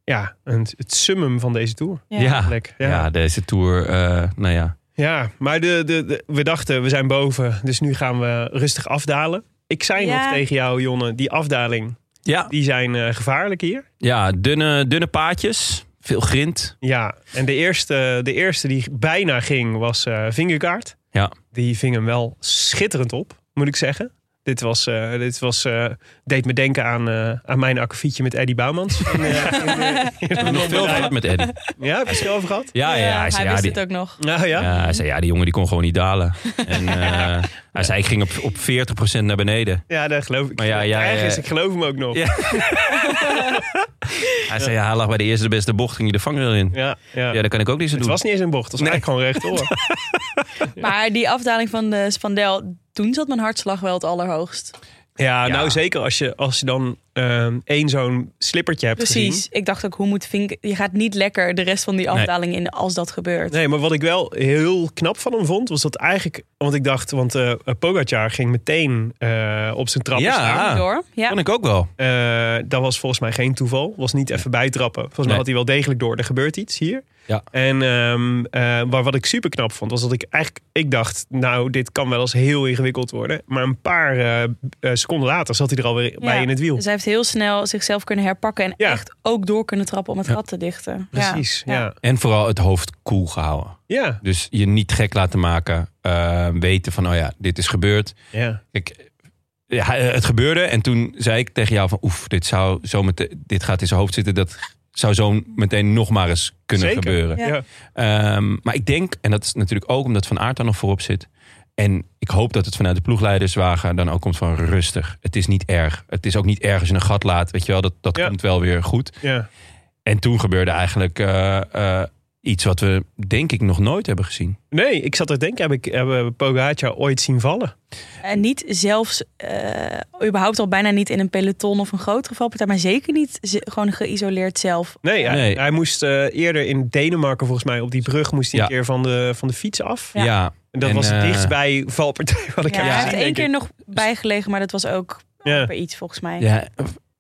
ja, een, het summum van deze tour. Ja, ja. Eigenlijk. Ja. deze tour, eh, nou ja. Ja, maar de, de, de- we dachten, we zijn boven, dus nu gaan we rustig afdalen. Ik zei Ja. nog tegen jou, Jonne, die afdaling, Ja, die zijn eh, gevaarlijk hier. ja dunne, dunne paadjes, veel <laughs> grind. Ja, en de eerste, de eerste die bijna ging was eh Vingegaard. Ja. Die ving hem wel schitterend op, moet ik zeggen. Dit, was, eh, dit was, eh, deed me denken aan, eh, aan mijn akkefietje met Eddie <laughs> Bouwmans. In, eh, in, eh, in de Nog veel Londenrij. gehad met Eddie. Ja, heb je het over gehad? Ja, ja, ja, hij zei, ja, wist die, het ook nog. Nou ja. ja, hij zei, ja, die jongen die kon gewoon niet dalen. En <laughs> eh, hij zei, ik ging op, op 40% naar beneden. Ja, dat geloof ik. Maar ja, ja, Erg is, ja. ik geloof hem ook nog. Ja. Hij zei, ja, hij lag bij de eerste de beste bocht, ging hij de vangrail in. Ja, ja. Ja, dat kan ik ook niet zo het doen. was niet eens een bocht, het Nee. was eigenlijk <laughs> gewoon rechtdoor. Maar die afdaling van de Spandel, toen zat mijn hartslag wel het allerhoogst. Ja, Ja. nou zeker als je, als je dan ehm, één zo'n slippertje hebt gezien. Precies. Ik dacht ook, hoe moet Vink... Je gaat niet lekker de rest van die afdaling in als dat gebeurt. Nee, maar wat ik wel heel knap van hem vond, was dat eigenlijk... Want ik dacht, want eh Pogacar ging meteen eh, op zijn trappen staan. Ja, Door. Ja. kon ik ook wel. Eh, dat was volgens mij geen toeval. Was niet even bijtrappen. Volgens mij Nee. had hij wel degelijk door. Er gebeurt iets hier. Ja. En ehm, eh, maar wat ik super knap vond, was dat ik eigenlijk... Ik dacht, nou, dit kan wel eens heel ingewikkeld worden. Maar een paar eh, eh, seconden later zat hij er alweer Ja. bij in het wiel. Dus hij heeft heel snel zichzelf kunnen herpakken en Ja. echt ook door kunnen trappen om het gat te dichten. Ja. Precies, ja. ja. En vooral het hoofd koel gehouden. ja. Dus je niet gek laten maken. eh, weten van, oh ja, dit is gebeurd. Ja. Ik, ja, het gebeurde en toen zei ik tegen jou van... oef, dit, zou zo mete- dit gaat in zijn hoofd zitten. Dat zou zo meteen nog maar eens kunnen Zeker. gebeuren. Ja. Ehm, maar ik denk, en dat is natuurlijk ook omdat Van Aert daar nog voorop zit... en ik hoop dat het vanuit de ploegleiderswagen dan ook komt van rustig. Het is niet erg. Het is ook niet erg als je een gat laat. Weet je wel, dat, dat Ja. komt wel weer goed. Ja. En toen gebeurde eigenlijk eh, eh, iets wat we denk ik nog nooit hebben gezien. Nee, ik zat te denken, heb ik hebben we Pogacar ooit zien vallen? En niet zelfs, eh, überhaupt al bijna niet in een peloton of een groot gevalpartij, maar zeker niet ze- gewoon geïsoleerd zelf. Nee, hij, Nee. hij moest eh, eerder in Denemarken volgens mij op die brug moest hij een Ja. keer van de, van de fiets af. Ja. En dat En, was het eh, dichtst bij valpartij wat ik Ja, heb hij gezien, heeft denk één keer ik. nog bijgelegen, maar dat was ook Ja. per iets volgens mij. Ja,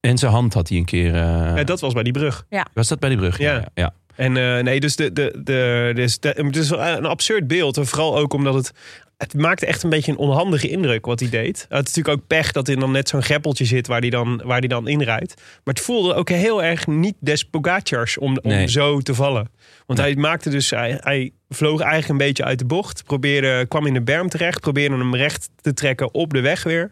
en zijn hand had hij een keer. eh, Ja, dat was bij die brug. was dat bij die brug? Ja. ja. ja. En eh, nee, dus, de, de, de, dus de- het is wel een absurd beeld. En vooral ook omdat het... Het maakte echt een beetje een onhandige indruk wat hij deed. Het is natuurlijk ook pech dat hij dan net zo'n greppeltje zit waar hij dan, waar hij dan inrijdt. Maar het voelde ook heel erg niet des Pogacars om, om Nee. zo te vallen. Want Nee. hij maakte dus... Hij, hij vloog eigenlijk een beetje uit de bocht. Probeerde, kwam in de berm terecht. Probeerde hem recht te trekken op de weg weer.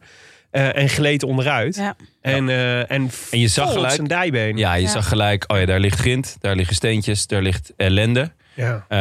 eh, en gleed onderuit. Ja. En, eh, en, En je zag vol op gelijk- zijn dijbeen. Ja, je Ja. zag gelijk, oh ja, daar ligt grind, daar liggen steentjes, daar ligt ellende. Ja. Eh,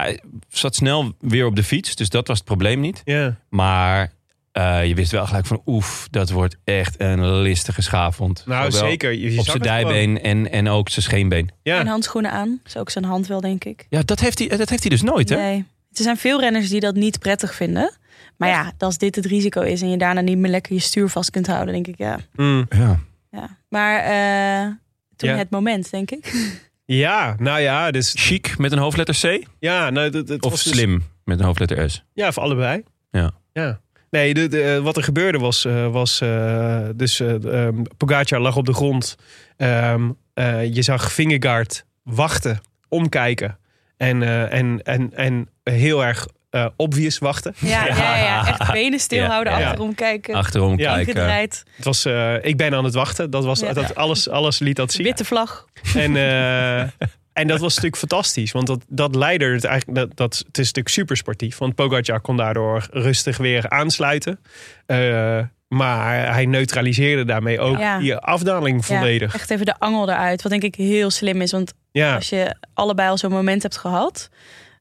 hij zat snel weer op de fiets, dus dat was het probleem niet. ja. Maar eh, je wist wel gelijk van, oef, dat wordt echt een listige schaafhond. Nou, Zowel zeker. Je zag Op zijn het gewoon. dijbeen en, en ook zijn scheenbeen. En Ja. handschoenen aan, is ook zijn hand wel, denk ik. Ja, dat heeft hij, dat heeft hij dus nooit, hè? Nee. Er zijn veel renners die dat niet prettig vinden. Maar ja, als dit het risico is en je daarna niet meer lekker je stuur vast kunt houden, denk ik ja. Mm. Ja. ja. Maar eh, toen Ja. het moment, denk ik. ja, nou ja, dus Chic met een hoofdletter C ja, nou, dat, dat of was dus- slim met een hoofdletter S? ja, voor allebei. Ja. ja. Nee, de, de, eh, wat er gebeurde was, eh, was eh, dus eh ehm, Pogacar lag op de grond. Ehm, eh, je zag Vingegaard wachten, omkijken en, eh, en, en, en heel erg eh, obvious wachten. <laughs> Ja, ja, ja, echt benen stilhouden, Ja, ja. achterom kijken, Achterom Ja. kijken. ingedraaid, Het was, eh, ik ben aan het wachten. Dat was, Ja. dat, alles, alles liet dat zien. witte vlag. En, eh, en dat was natuurlijk fantastisch. Want dat, dat leidde het eigenlijk. Dat, dat, het is natuurlijk super sportief. Want Pogacar kon daardoor rustig weer aansluiten. Eh, maar hij neutraliseerde daarmee ook Ja. die afdaling Ja, volledig. echt even de angel eruit. Wat denk ik heel slim is. Want Ja, als je allebei al zo'n moment hebt gehad.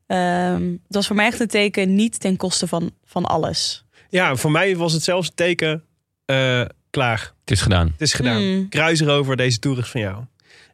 ehm, dat was voor mij echt een teken niet ten koste van, van alles. ja. voor mij was het zelfs een teken. eh, klaar, Het is gedaan. het is gedaan. Mm. Kruis erover, deze toer is van jou.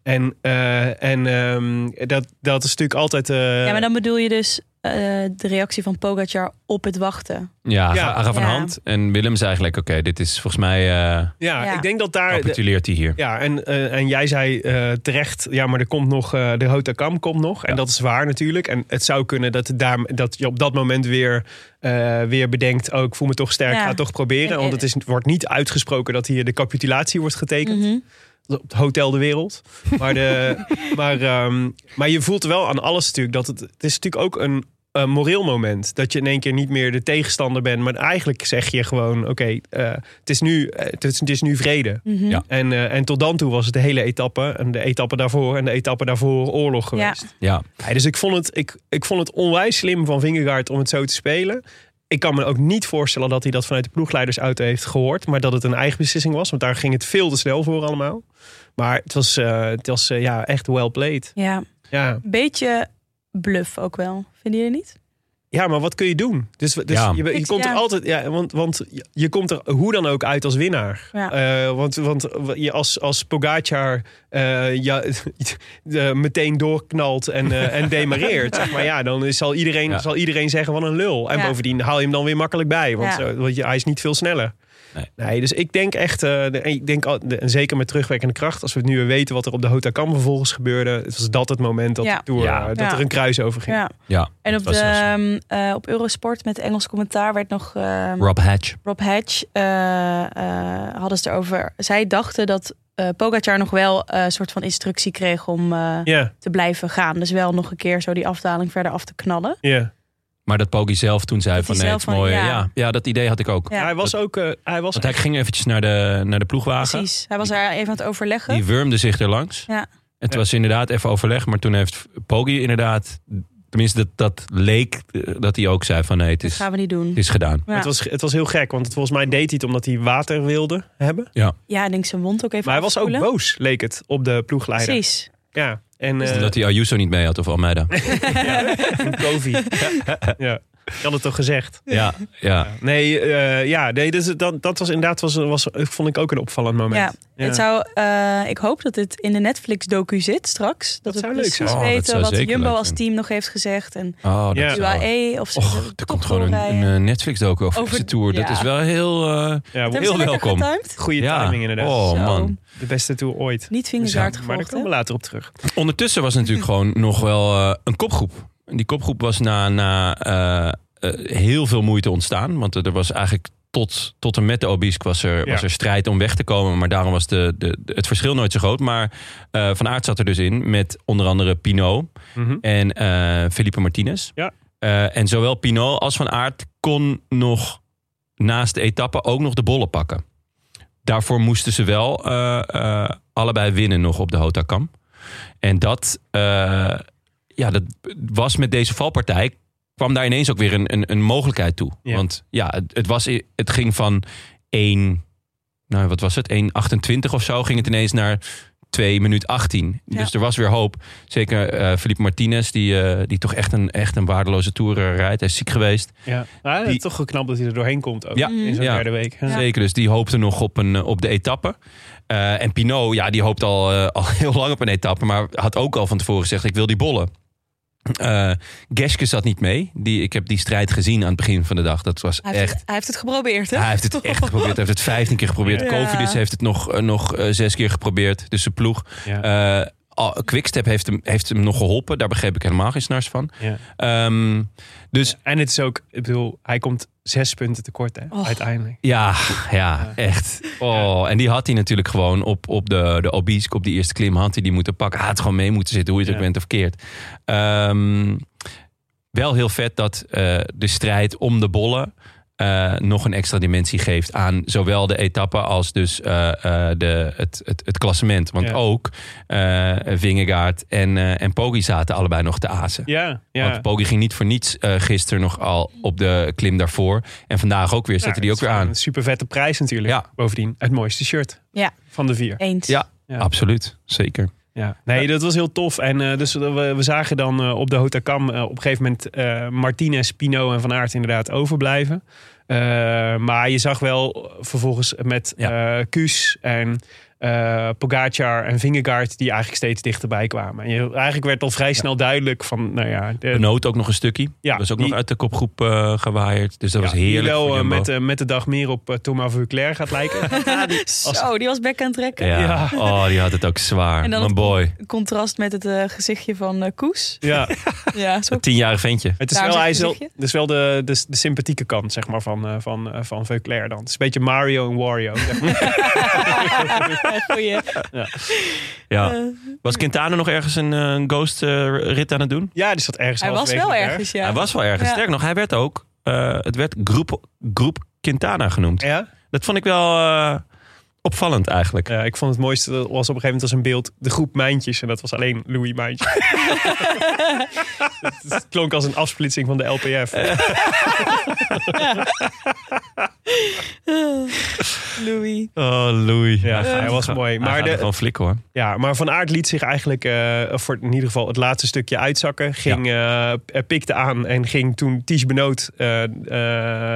En, eh, en ehm, dat, dat is natuurlijk altijd. eh, ja, maar dan bedoel je dus eh, de reactie van Pogacar op het wachten. Ja, Ja. Aga van Ja. Hand. En Willem zei eigenlijk, oké, dit is volgens mij... eh ja, Ja. ik denk dat daar. capituleert hij hier. Ja, en, eh, en jij zei eh, terecht, ja, maar er komt nog, eh, de Hotakam komt nog. En dat is waar natuurlijk. En het zou kunnen dat, daar, dat je op dat moment weer, eh, weer bedenkt, oh, ik voel me toch sterk, Ja. ga het toch proberen. En- Want het is, wordt niet uitgesproken dat hier de capitulatie wordt getekend. Mhm. Op het Hotel de Wereld. Maar, <laughs> de, maar, ehm, maar je voelt wel aan alles natuurlijk dat het, het is natuurlijk ook een... eh, moreel moment. Dat je in één keer niet meer de tegenstander bent. Maar eigenlijk zeg je gewoon: oké, eh, het is nu, eh, het is, het is nu vrede. Mhm. Ja. En, eh, en tot dan toe was het de hele etappe. En de etappe daarvoor en de etappe daarvoor oorlog Ja. geweest. Ja, Ja, dus ik vond, het, ik, ik vond het onwijs slim van Vingegaard om het zo te spelen. ik kan me ook niet voorstellen dat hij dat vanuit de ploegleiders uit heeft gehoord. Maar dat het een eigen beslissing was. Want daar ging het veel te snel voor allemaal. Maar het was, eh, het was eh, ja, echt well played. Ja, Ja. beetje bluff ook wel. Vinden jullie niet? ja, maar wat kun je doen? Dus, dus Ja. je, je Ik- komt er ja. altijd... Ja, want, want je- je komt er hoe dan ook uit als winnaar. Ja. Eh, want want je als, als Pogacar eh, ja, <laughs> eh, meteen doorknalt en, eh, en <laughs> demareert... zeg maar ja, dan is, zal, iedereen, Ja. zal iedereen zeggen wat een lul. En Ja. bovendien haal je hem dan weer makkelijk bij. Want, Ja. eh, want je, hij is niet veel sneller. Nee. dus ik denk echt, eh, de- en ik denk, al- de- en zeker met terugwerkende kracht, als we nu weer weten wat er op de Hotakam vervolgens gebeurde, het was dat het moment dat, Ja. de Tour, Ja. eh, dat Ja. er een kruis over ging. Ja. Ja, En dat op, de, was heel slim. ehm, eh, op Eurosport met Engels commentaar werd nog ehm, Rob Hatch. Rob Hedge. eh, eh, hadden ze het erover. Zij dachten dat eh Pogacar nog wel eh, een soort van instructie kreeg om eh, Ja, te blijven gaan. Dus wel nog een keer zo die afdaling verder af te knallen. ja. Maar dat Poggi zelf toen zei Dat van hij nee, het zelf is mooi. van, Ja. ja. Ja, dat idee had ik ook. Ja. Hij was ook, eh, hij was Want hij ging eventjes naar de, naar de ploegwagen. Precies. Hij was daar even aan het overleggen. Die wurmde zich er langs. Ja. Het was inderdaad even overleg. Maar toen heeft Poggi inderdaad... Tenminste, dat, dat leek eh, dat hij ook zei van nee, het dat is, gaan we niet doen. het is gedaan. Ja. Maar Het, was, het was heel gek, want het, volgens mij deed hij het omdat hij water wilde hebben. Ja, ik denk zijn wond ook even Maar hij was ook afspoelen. boos, leek het, op de ploegleider. Precies. Ja, en Is eh, het dat hij Ayuso niet mee had of <laughs> Almeida. <laughs> <laughs> en Kovi. ja, ik had het toch gezegd. ja, ja. Nee, eh, ja, nee dus dat, dat was inderdaad, was, was, vond ik ook een opvallend Ja. moment. Ja. Het zou, eh, ik hoop dat dit in de Netflix-docu zit straks. Dat, we zou leuk precies zijn. Oh, dat weten zou wat zeker Jumbo leuk als zijn. team nog heeft gezegd. En Oh, dat Ja. zou- UAE of ze Och, er komt gewoon een, eh, een Netflix-docu over, Over- de Tour. Dat ja. is wel heel... eh, Ja, heel heel welkom. welkom. goede ja. timing inderdaad. Oh, Zo. man. De beste tour ooit. Dus Niet vingers Ja, hard maar daar gevolgd, hè? komen we later op terug. Ondertussen was natuurlijk gewoon nog wel eh, een kopgroep. En die kopgroep was na, na eh, eh, heel veel moeite ontstaan. Want er was eigenlijk tot, tot en met de Obisque was er, Ja. was er strijd om weg te komen. Maar daarom was de, de, de- het verschil nooit zo groot. Maar eh, Van Aert zat er dus in met onder andere Pinot en eh Felipe Martinez. Mhm. Ja. Eh, en zowel Pinot als Van Aert kon nog naast de etappe ook nog de bollen pakken. Daarvoor moesten ze wel eh, eh, allebei winnen nog op de Hotakam. En dat, eh, ja, dat was met deze valpartij, kwam daar ineens ook weer een, een, een mogelijkheid toe. Ja. Want ja, het, het was, i- het ging van 1, nou wat was het, 1,28 of zo, ging het ineens naar 2 minuut 18. Ja. Dus er was weer hoop. Zeker eh Felipe Martinez, die, eh, die toch echt een, echt een waardeloze tour eh, rijdt. Hij is ziek geweest. Ja. Ah, Die- Toch geknapt dat hij er doorheen komt ook Ja. in zo'n Ja. derde week. Ja. Zeker, dus die hoopte nog op, een, eh, op de etappe. Eh, en Pinot, ja, die hoopt al, eh, al <laughs> heel lang op een etappe, maar had ook al van tevoren gezegd: ik wil die bollen. Eh Geske zat niet mee. Die, ik heb die strijd gezien aan het begin van de dag. Dat was Hij heeft, echt. het, hij heeft het geprobeerd, hè? Hij heeft het <laughs> echt geprobeerd. Hij heeft het 15 keer geprobeerd. Ja. Covidis heeft het nog, eh, nog eh, zes keer geprobeerd. Dus de ploeg. Ja. Eh, al- Quickstep heeft hem, heeft hem nog geholpen. Daar begreep ik helemaal geen snars van. Ja. Ehm, dus En het is ook, ik bedoel, hij komt zes punten tekort hè, Och. uiteindelijk. ja, ja, echt. Oh, en die had hij natuurlijk gewoon op, op de, de Obisque, op die eerste klim, had hij die moeten pakken. Hij had gewoon mee moeten zitten, hoe je het Ja. ook bent of keert. Ehm, wel heel vet dat eh, de strijd om de bollen eh, nog een extra dimensie geeft aan zowel de etappe als dus eh, eh, de, het, het, het klassement. Want Ja. ook eh Vingegaard en, eh en Poggi zaten allebei nog te azen. Ja, ja. Want Poggi ging niet voor niets eh gisteren nog al op de klim daarvoor. En vandaag ook weer, zette Ja, die het ook weer is gewoon aan. Een super vette prijs natuurlijk. Ja. Bovendien, het mooiste shirt Ja, van de vier. eens. Ja, Ja. absoluut. Zeker. Ja. Nee, dat was heel tof. En eh, dus we, we zagen dan eh, op de Hotakam eh, op een gegeven moment eh Martinez, Pino en Van Aert inderdaad overblijven. Eh, maar je zag wel vervolgens met eh Ja. Kuus en eh Pogacar en Vingegaard die eigenlijk steeds dichterbij kwamen. En je, eigenlijk werd al vrij snel duidelijk van, nou ja... de- Benoot ook nog een stukje. Ja, Ja, was ook die- nog uit de kopgroep eh gewaaierd. Dus dat ja, was heerlijk. Pino, voor eh, Jumbo. met, eh, met de dag meer op eh, Thomas Vuclair gaat lijken. <laughs> Zo, Oh, die was bek aan het trekken. ja. Ja. Oh, die had het ook zwaar. En dan Mijn het- boy. Contrast met het eh, gezichtje van eh, Koes. ja, <laughs> Ja, zo. Dat tienjarig ventje. Het is Daarom wel, hij is zeg ik wel, gezichtje. het is wel de, de, de sympathieke kant zeg maar, van, eh, van, eh, van Veuclair dan. Het is een beetje Mario en Wario. <laughs> zeg maar. Goeie. Ja. Eh, Was Quintana nog ergens een eh, ghost eh, rit aan het doen? ja, die zat ergens hij was halverwege wel in de ergens, ja. Hij was wel ergens. Ja. Sterk nog, hij werd ook... eh, het werd groep, groep Quintana genoemd. berg. Ja? Dat vond ik wel eh, opvallend eigenlijk. Ja, ik vond het mooiste, dat was op een gegeven moment als een beeld de groep Mijntjes. En dat was alleen Louis <laughs> Mijntjes. <laughs> Het klonk als een afsplitsing van de LPF. <laughs> Louis. Oh, Louis. Ja, hij was mooi. Maar, de, Gewoon flikken hoor. ja, maar Van Aert liet zich eigenlijk eh, voor in ieder geval het laatste stukje uitzakken. Ging, eh, pikte aan en ging toen Ties Benoot eh,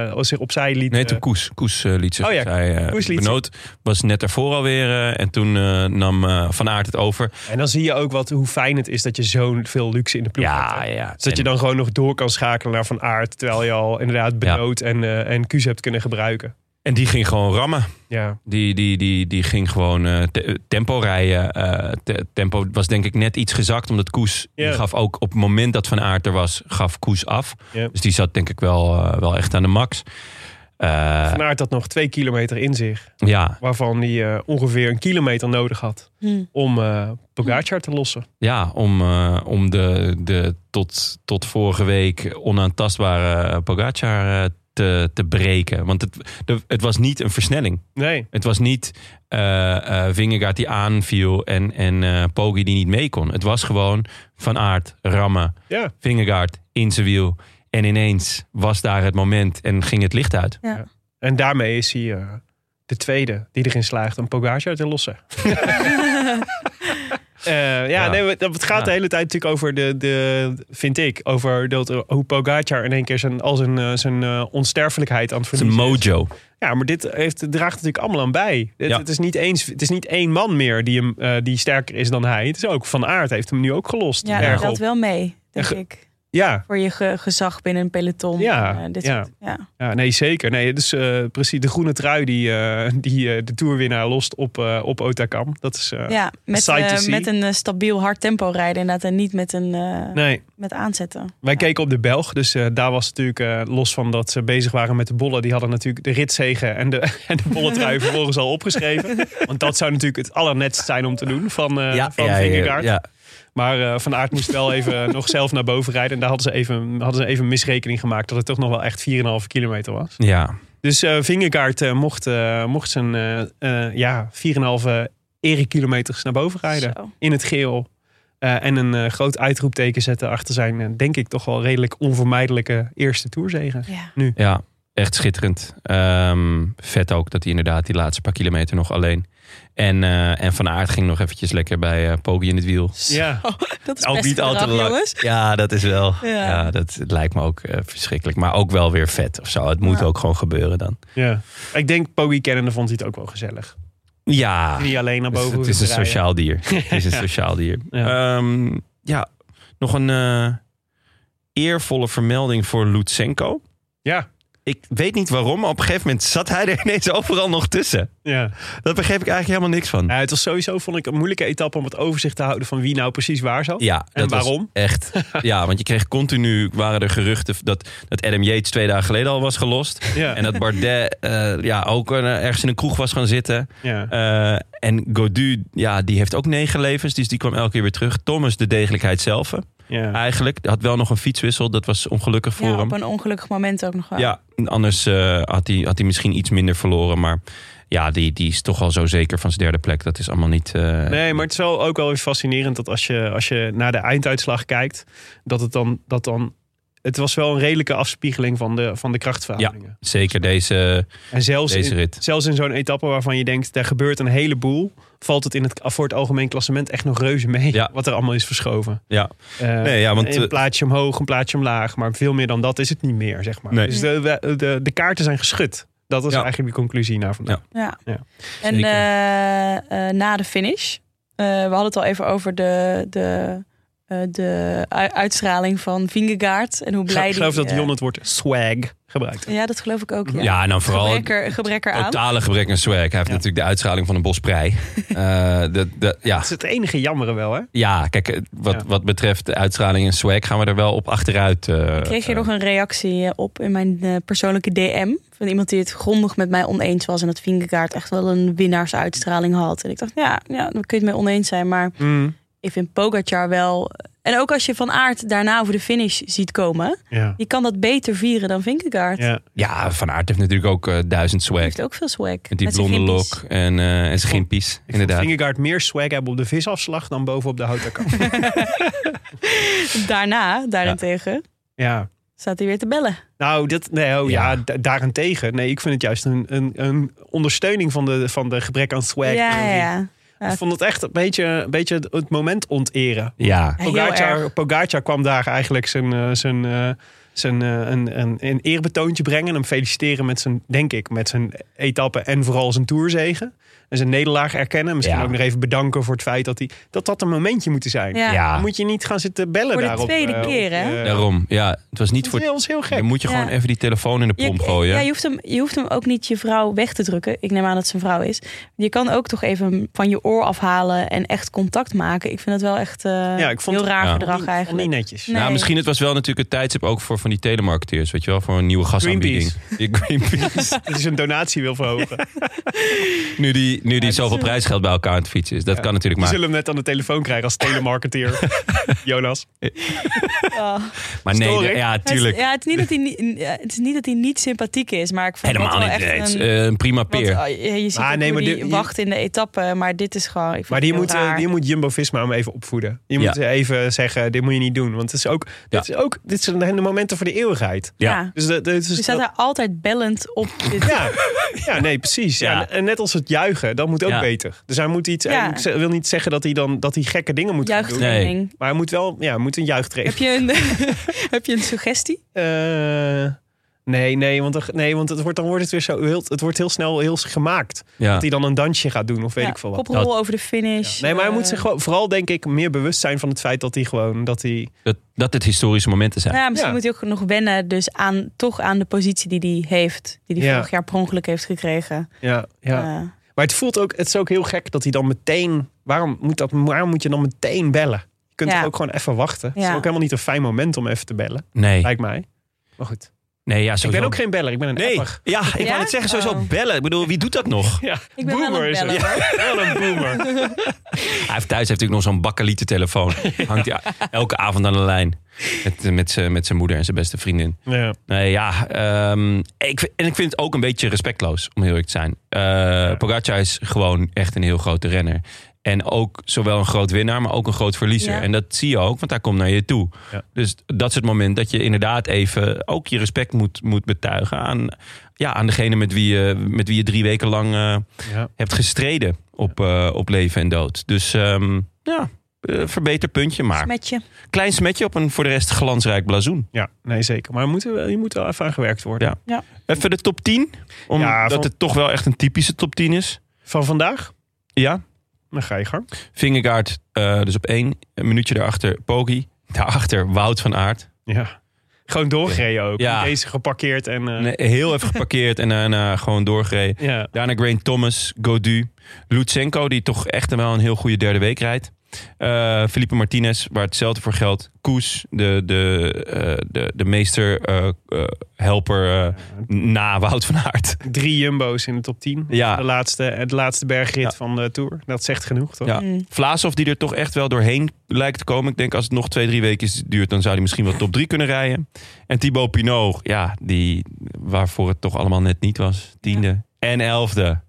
eh, zich opzij liet. Nee, eh, toen Koes. Koes eh, liet zich. Oh ja, zij, eh, Koes liet Benoot was net daarvoor alweer. eh, en toen eh, nam eh, Van Aert het over. en dan zie je ook wat, hoe fijn het is dat je zo'n veel luxe in de ploeg hebt. Ja, hè. ja. Dus dat je dan gewoon nog door kan schakelen naar Van Aert. Terwijl je al inderdaad Benoot en, eh, en Kuus hebt kunnen gebruiken. En die ging gewoon rammen. Ja. Die, die, die, die ging gewoon eh, te- eh, tempo rijden. Eh, te- tempo was denk ik net iets gezakt. Omdat Koes die Ja. gaf ook op het moment dat Van Aert er was, gaf Koes af. Ja. Dus die zat denk ik wel, eh, wel echt aan de max. Eh, Van Aert had nog twee kilometer in zich. ja, Waarvan hij eh, ongeveer een kilometer nodig had Hm. om eh Pogacar te lossen. ja, om, eh, om de, de tot, tot vorige week onaantastbare eh, Pogacar eh, te, te breken. Want het, de- het was niet een versnelling. Nee, Het was niet eh eh, Vingegaard die aanviel en, en eh Poggi die niet mee kon. Het was gewoon Van Aert rammen. ja. Vingegaard in zijn wiel. En ineens was daar het moment en ging het licht uit. Ja. Ja. En daarmee is hij eh, de tweede die erin slaagt om Pogacar te <laughs> lossen. Eh, ja, Ja. Nee, maar dat- het gaat Ja. de hele tijd natuurlijk over de, de vind ik, over dat, eh, hoe Pogacar in één keer zijn, al zijn, eh, zijn eh, onsterfelijkheid aan het Het is een verliezen is. mojo. Ja, maar dit heeft, draagt natuurlijk allemaal aan bij. Het, Ja. het, is niet eens, het is niet één man meer die, hem, eh, die sterker is dan hij. Het is ook Van Aert heeft hem nu ook gelost. Ja, erg dat op. telt wel mee, denk Echt- ik. Ja, Voor je ge- gezag binnen een peloton. Ja, en, eh, dit ja. soort- ja. ja, nee zeker. Nee, dus eh, precies de groene trui die, eh, <laughs> die eh, de toerwinnaar lost op, eh op Otakam. Dat is... eh, Ja, met, sight to eh, see. met een eh, stabiel hard tempo rijden inderdaad. En niet met, een, eh, Nee, met aanzetten. wij keken op de Belg. Dus eh, daar was natuurlijk, eh, los van dat ze bezig waren met de bollen... die hadden natuurlijk de ritzegen en de, <laughs> en de bollentrui vervolgens al opgeschreven. Want dat zou natuurlijk het allernetst zijn om te doen van, eh van Vingegaard. ja. Maar eh, Van Aert moest wel even nog zelf naar boven rijden. En daar hadden ze even, hadden ze even een misrekening gemaakt. Dat het toch nog wel echt 4,5 kilometer was. Ja. Dus eh Vingegaard eh, mocht, eh, mocht zijn eh, eh, ja, 4,5 eh, ere kilometers naar boven rijden. Zo. In het geel. Eh, en een eh, groot uitroepteken zetten achter zijn, eh, denk ik, toch wel redelijk onvermijdelijke eerste toerzegen. Ja. Ja, echt schitterend. Ehm, vet ook dat hij inderdaad die laatste paar kilometer nog alleen. En, eh, en Van Aert ging nog eventjes lekker bij eh Poggi in het wiel. Ja, <laughs> Dat is Ook best niet al te gedrag, lang. jongens. Ja, dat is wel. Ja, Ja. dat lijkt me ook eh, verschrikkelijk. Maar ook wel weer vet of zo. Het moet Ja. ook gewoon gebeuren dan. ja. Ik denk, Poggi kennende vond hij het ook wel gezellig. Ja, Niet alleen naar dus boven het is hoeven een te rijden. sociaal <laughs> dier. Het is een sociaal dier. Ja, ja nog een eh, eervolle vermelding voor Lutsenko. Ja, Ik weet niet waarom, maar op een gegeven moment zat hij er <laughs> ineens overal nog tussen. ja. Dat begreep ik eigenlijk helemaal niks van. Ja, het was sowieso, vond ik, een moeilijke etappe om het overzicht te houden van wie nou precies waar zat. Ja, En dat was waarom? <laughs> echt. Ja, want je kreeg continu, waren er geruchten dat, dat Adam Yates twee dagen geleden al was gelost. Ja. En dat Bardet eh, ja, ook eh, ergens in een kroeg was gaan zitten. Ja. Eh, en Godu, ja, die heeft ook negen levens. Dus die kwam elke keer weer terug. Thomas, de degelijkheid zelf. hè. ja. Eigenlijk had wel nog een fietswissel. Dat was ongelukkig voor Ja, hem. op een ongelukkig moment ook nog wel. Ja, anders eh, had, hij, had hij misschien iets minder verloren. Maar ja, die, die is toch al zo zeker van zijn derde plek. Dat is allemaal niet... eh, Nee, maar het is wel ook wel weer fascinerend dat als je, als je naar de einduitslag kijkt, dat het dan, dat dan. Het was wel een redelijke afspiegeling van de, van de krachtverhoudingen. Zeker deze... En zelfs Deze in, rit. zelfs in zo'n etappe waarvan je denkt, daar gebeurt een heleboel, valt het in het, voor het algemeen klassement echt nog reuze mee. Ja. <laughs> Wat er allemaal is verschoven. Ja, Eh, Nee, ja, want, een eh, plaatje omhoog, een plaatje omlaag. Maar veel meer dan dat is het niet meer, zeg maar. Nee. Dus de, de, de, de kaarten zijn geschud. Dat is Ja. eigenlijk de conclusie naar vandaag. Ja. Ja. En Zeker. eh, eh, na de finish, eh, we hadden het al even over de, de, eh, de u- uitstraling van Vingegaard en hoe blij Ik geloof die, dat eh, Jon het woord swag gebruikt. Ja, dat geloof ik ook. Ja, ja. en dan vooral... Gebrek er- gebrek er aan. Totale gebrek aan swag. Hij heeft Ja. natuurlijk de uitschaling van een <laughs> bosprei. Eh dat, dat, ja. Dat is het enige jammeren wel, hè? ja, kijk, eh, wat, Ja. wat betreft de uitstraling en swag gaan we er wel op achteruit. eh, kreeg je eh, nog een reactie eh, op in mijn eh, persoonlijke DM. Van iemand die het grondig met mij oneens was. En dat Vingegaard echt wel een Mm. Mm. winnaarsuitstraling had. En ik dacht, ja, ja dan kun je het mee oneens zijn. Maar ik vind Pogacar wel eh, En ook als je Van Aert daarna over de finish ziet komen. Ja. Je kan dat beter vieren dan Vinkegaard. Die Ja. Ja, Van Aert heeft natuurlijk ook eh, duizend swag. heeft ook veel swag. Met die zijn blonde gimpies. lok en, eh en zijn gimpies. Ik vond Inderdaad. Vingegaard meer swag hebben op de visafslag dan bovenop de houten kap. Daarna, daarentegen, <laughs> ja. staat hij weer te bellen. Nou, dat, nee, oh, ja. Ja. da- daarentegen. Nee, ik vind het juist een, een, een ondersteuning van de, van de gebrek aan swag. ja, ja, ja. Ik vond het echt een beetje, een beetje het- het moment onteren. Ja. Heel Pogacar, erg. Pogacar kwam daar eigenlijk zijn, eh, zijn, eh, zijn, eh, een, een, een eerbetoontje brengen. en Hem feliciteren met zijn, denk ik, met zijn etappe en vooral zijn toerzegen. En zijn nederlaag erkennen. Misschien Ja. ook nog even bedanken voor het feit dat hij, dat, dat een momentje moet zijn. Ja. Ja, Dan moet je niet gaan zitten bellen Voor de daarop. tweede eh, op keer, hè? je- daarom. Ja, het was niet Dat voor... is heel- is heel gek. Dan moet je Ja. gewoon even die telefoon in de pomp gooien. Ja, je hoeft, hem, je hoeft hem ook niet je vrouw weg te drukken. Ik neem aan dat zijn vrouw is. Je kan ook toch even van je oor afhalen en echt contact maken. Ik vind dat wel echt eh, ik vond heel het- raar Ja. gedrag Vond eigenlijk. Niet netjes. Nee. Nou, misschien het was wel natuurlijk het tijdstip ook voor van die telemarketeers, weet je wel, voor een nieuwe gasaanbieding. <laughs> Die Greenpeace. <laughs> Dat is een donatie wil verhogen. nu die, nu die zoveel prijsgeld bij elkaar aan het fietsen is, dat kan natuurlijk Die maar. zullen hem net aan de telefoon krijgen <laughs> als telemarketeer. Jonas. <laughs> Oh. Maar nee, Story. de- ja, Hij is- tuurlijk. Ja, het, is niet dat hij niet, ja, het is niet dat hij niet sympathiek is, maar ik vond Helemaal dat niet. wel echt nee, het is, een... eh, een prima want, peer. ah, je, je ziet Maar ook nee, hoe maar die dit- je- wacht in de etappe, maar dit is gewoon... Ik vind Maar die het heel moet, eh, raar. die moet Jumbo-Visma hem even opvoeden. Je Ja. moet even zeggen, dit moet je niet doen. Want het is ook, dit, is ook, dit zijn de momenten voor de eeuwigheid. Ja. ja. Dus dat, dat is Dus staat dat- hij altijd <laughs> bellend op dit... ja. ja, nee, precies. Ja. Ja. en- En net als het juigen, dat moet ook Ja. beter. Dus hij moet iets. Ja. hij moet- ze- wil niet zeggen dat hij dan dat hij gekke dingen moet gaan doen. juichtraining. Nee. Maar hij moet wel, ja, hij moet een juichtraining. Heb, je een, <laughs> heb je een suggestie? Eh, nee, nee, want, er- nee, want het wordt, dan wordt het weer zo. heel- Het wordt heel snel heel gemaakt. Ja. Dat hij dan een dansje gaat doen of weet Ja, ik veel wat. Nou, Koprol over de finish. Nee, maar hij moet eh, zich gewoon, vooral denk ik meer bewust zijn van het feit dat hij gewoon dat hij. Dat, dat dit historische momenten zijn. Nou ja, misschien Ja. moet hij ook nog wennen dus aan, toch aan de positie die hij heeft. Die hij Ja. vorig jaar per ongeluk heeft gekregen. Ja, ja. Eh, Maar het voelt ook, het is ook heel gek dat hij dan meteen. Waarom moet, dat, waarom moet je dan meteen bellen? Je kunt Ja. toch ook gewoon even wachten. Het is Ja. ook helemaal niet een fijn moment om even te bellen, Nee. lijkt mij. Maar goed. Nee, ja, sowieso. Ik ben ook geen beller, ik ben een Nee. apper. Ja, ik Ja? wou net zeggen, sowieso Oh. bellen. Ik bedoel, wie doet dat nog? <laughs> Ja, Ik ben wel boomer een is beller, het. Ja, <laughs> wel een boomer. Hij heeft thuis heeft natuurlijk nog zo'n bakkelieten <laughs> telefoon. Hangt hij elke avond aan de lijn. Met, eh, met, zijn- met zijn moeder en zijn beste vriendin. Ja. Nee, ja. ehm, ik, vind- en ik vind het ook een beetje respectloos, om heel eerlijk te zijn. Eh Pogacar is gewoon echt een heel grote renner. En ook zowel een groot winnaar, maar ook een groot verliezer. Ja. En dat zie je ook, want hij komt naar je toe. Ja. Dus dat is het moment dat je inderdaad even ook je respect moet, moet betuigen aan, ja, aan degene met wie, je, met wie je drie weken lang eh, Ja. hebt gestreden op, eh, op leven en dood. Dus ehm, ja, eh, verbeterpuntje maar. Met je. Klein smetje op een voor de rest glansrijk blazoen. ja, nee zeker. Maar moet er, je moet er wel even aan gewerkt worden. Ja. Even de top 10. Omdat Ja, van- het toch wel echt een typische top 10 is. Van vandaag, Ja. dan ga je gang. Vingegaard eh, dus op één. Een minuutje daarachter Pogi. Daarachter Wout van Aert. Ja. Gewoon doorgereden ook. Ja. Niet eens geparkeerd en... eh, Nee, heel even geparkeerd en daarna gewoon doorgereden. Ja. Daarna Grain Thomas, Godu. Lutsenko, die toch echt wel een heel goede derde week rijdt. Eh Felipe Martinez, waar hetzelfde voor geldt. Koes, de, de, eh, de, de meester eh, eh, helper eh, na Wout van Aert. Drie jumbo's in de top 10. Ja. De laatste, het laatste bergrit Ja. van de Tour. Dat zegt genoeg, toch? Ja. Mm. Vlaashoff die er toch echt wel doorheen lijkt te komen. Ik denk als het nog twee, drie weken duurt, dan zou hij misschien wel top drie kunnen rijden. En Thibaut Pinot, ja, die, waarvoor het toch allemaal net niet was. Tiende en elfde.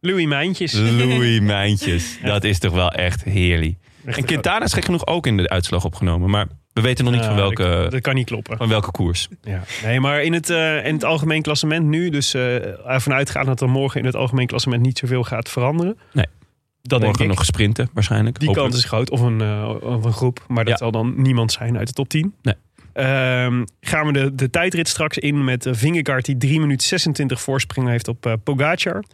Louis Mijntjes. <laughs> Louis Mijntjes. Dat is toch wel echt heerlijk. Echt En Quintana is gek genoeg ook in de uitslag opgenomen. Maar we weten nog niet Ja, van, Dat, welke, dat kan niet kloppen. van welke koers. Ja. Nee, maar in het, eh, in het algemeen klassement nu, dus eh ervan uitgaan dat er morgen in het algemeen klassement niet zoveel gaat veranderen. Nee. Dat denk Morgen ik. nog sprinten waarschijnlijk. Die Hopelijk. kans is groot. Of een, eh, of een groep. Maar dat Ja. zal dan niemand zijn uit de top 10. Nee. Ehm, gaan we de, de tijdrit straks in met eh, Vingegaard die 3 minuten 26 voorspringen heeft op eh, Pogacar.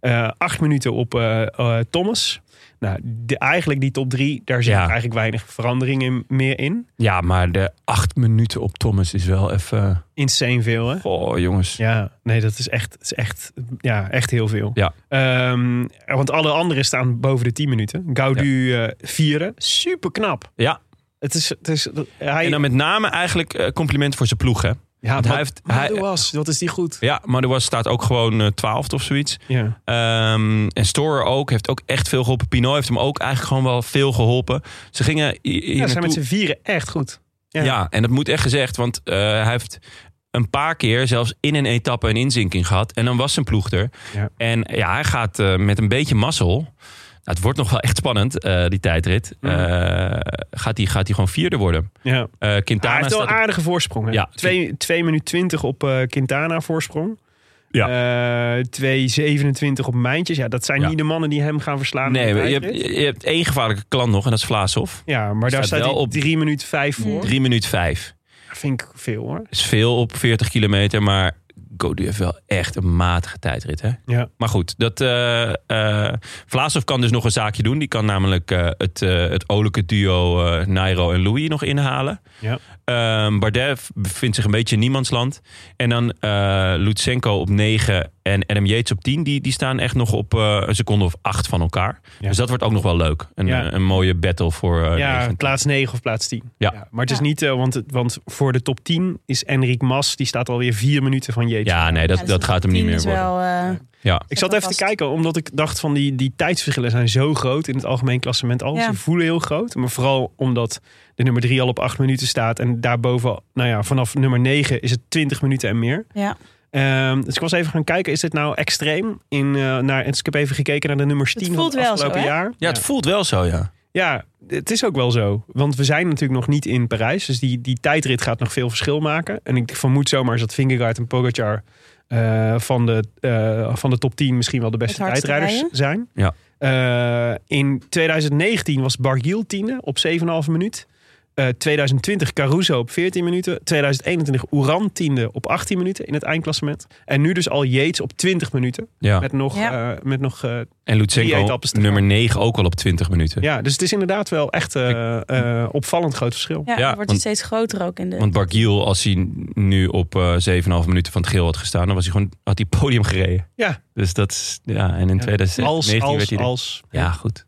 Eh 8 minuten op eh, eh, Thomas. Nou, de- eigenlijk die top 3, daar zit Ja. eigenlijk weinig verandering in, meer in. Ja, maar de acht minuten op Thomas is wel even... Insane veel, hè? Oh, jongens. Ja, nee, dat is echt, is echt, ja, echt heel veel. Ja. Ehm, want alle anderen staan boven de 10 minuten. Gaudu eh vieren, super knap. Ja. Het is, het is, hij, En dan met name eigenlijk eh, compliment voor zijn ploeg, hè? Ja, Want maar, hij heeft- maar hij- doe was. Wat is die goed? Ja, maar er was, staat ook gewoon twaalfde of zoiets. Ja. Ehm, en Store ook, heeft ook echt veel geholpen. Pinot heeft hem ook eigenlijk gewoon wel veel geholpen. Ze gingen hi- hier ja, ze zijn met naartoe- z'n vieren echt goed. ja. en dat moet echt gezegd, want eh, hij heeft een paar keer zelfs in een etappe een inzinking gehad. En dan was zijn ploeg er. Ja. En ja, hij gaat eh, met een beetje mazzel. Nou, het wordt nog wel echt spannend, eh, die tijdrit. Ja. Eh, gaat hij gaat hij gewoon vierde worden? Ja. Eh Hij Quintana heeft wel staat een op- aardige voorsprong. hè? Ja. Twee, 2 minuut 20 op eh, Quintana voorsprong. Ja. 2,27 op Mijntjes. Ja, dat zijn Ja. niet de mannen die hem gaan verslaan. in Nee, de je tijdrit. hebt, je hebt één gevaarlijke klant nog en dat is Vlaashoff. ja, maar daar staat staat, wel hij op 3 minuten 5 voor. Drie minuut vijf. Vind ik veel hoor. is veel op 40 kilometer, maar Godu heeft wel echt een matige tijdrit. Hè? Ja. Maar goed, dat, eh eh, Vlaashoff kan dus nog een zaakje doen. Die kan namelijk eh, het, eh het olijke duo eh, Nairo en Louis nog inhalen. Ja. Ehm, Bardet v- bevindt zich een beetje in niemandsland. En dan eh Lutsenko op 9 en Adam Yates op 10. Die, die staan echt nog op eh, een seconde of 8 van elkaar. Ja. Dus dat wordt ook nog wel leuk. Een, Ja. eh, een mooie battle voor eh, Ja, negen. plaats 9 of plaats 10. Ja. Maar het is niet, eh, want, het- want voor de top 10 is Enric Mas, die staat alweer 4 minuten van Jeetje. ja, nee, dat, Ja, dus dat gaat hem niet team meer is worden. wel, eh, Ja. Ik zat even te kijken, omdat ik dacht van die, die tijdsverschillen zijn zo groot in het algemeen klassement al. Ja. Ze voelen heel groot. Maar vooral omdat de nummer 3 al op 8 minuten staat. En daarboven, nou ja, vanaf nummer 9 is het 20 minuten en meer. eh, ja. Ehm, dus ik was even gaan kijken, is dit nou extreem? In, eh, naar, dus ik heb even gekeken naar de nummers 10 van voelt het wel afgelopen zo, hè? jaar. ja, het voelt wel zo, ja. Ja, het is ook wel zo. Want we zijn natuurlijk nog niet in Parijs. Dus die, die tijdrit gaat nog veel verschil maken. En ik vermoed zomaar eens dat Vingegaard en Pogacar... eh, van, de, eh, van de top 10 misschien wel de beste Het hardste tijdrijders zijn. rijden. Ja. Eh, in 2019 was Bargiel tiende op 7,5 minuut. Eh, 2020 Caruso op 14 minuten. 2021 Oeran tiende op 18 minuten in het eindklassement. En nu dus al Yates op 20 minuten. ja. Met nog, Ja. eh, met nog eh, En Drie Lutsenko etappes te nummer 9 ook al op 20 minuten. Ja, dus het is inderdaad wel echt eh, eh, opvallend groot verschil. Ja, Ja, dan wordt want- het steeds groter ook in de... Want Bargiel, als hij nu op eh 7,5 minuten van het geel had gestaan, dan was hij gewoon, had hij podium gereden. Ja. Dus dat is, ja, en in Ja. 2019 Als, werd als, hij er- als. Ja, goed.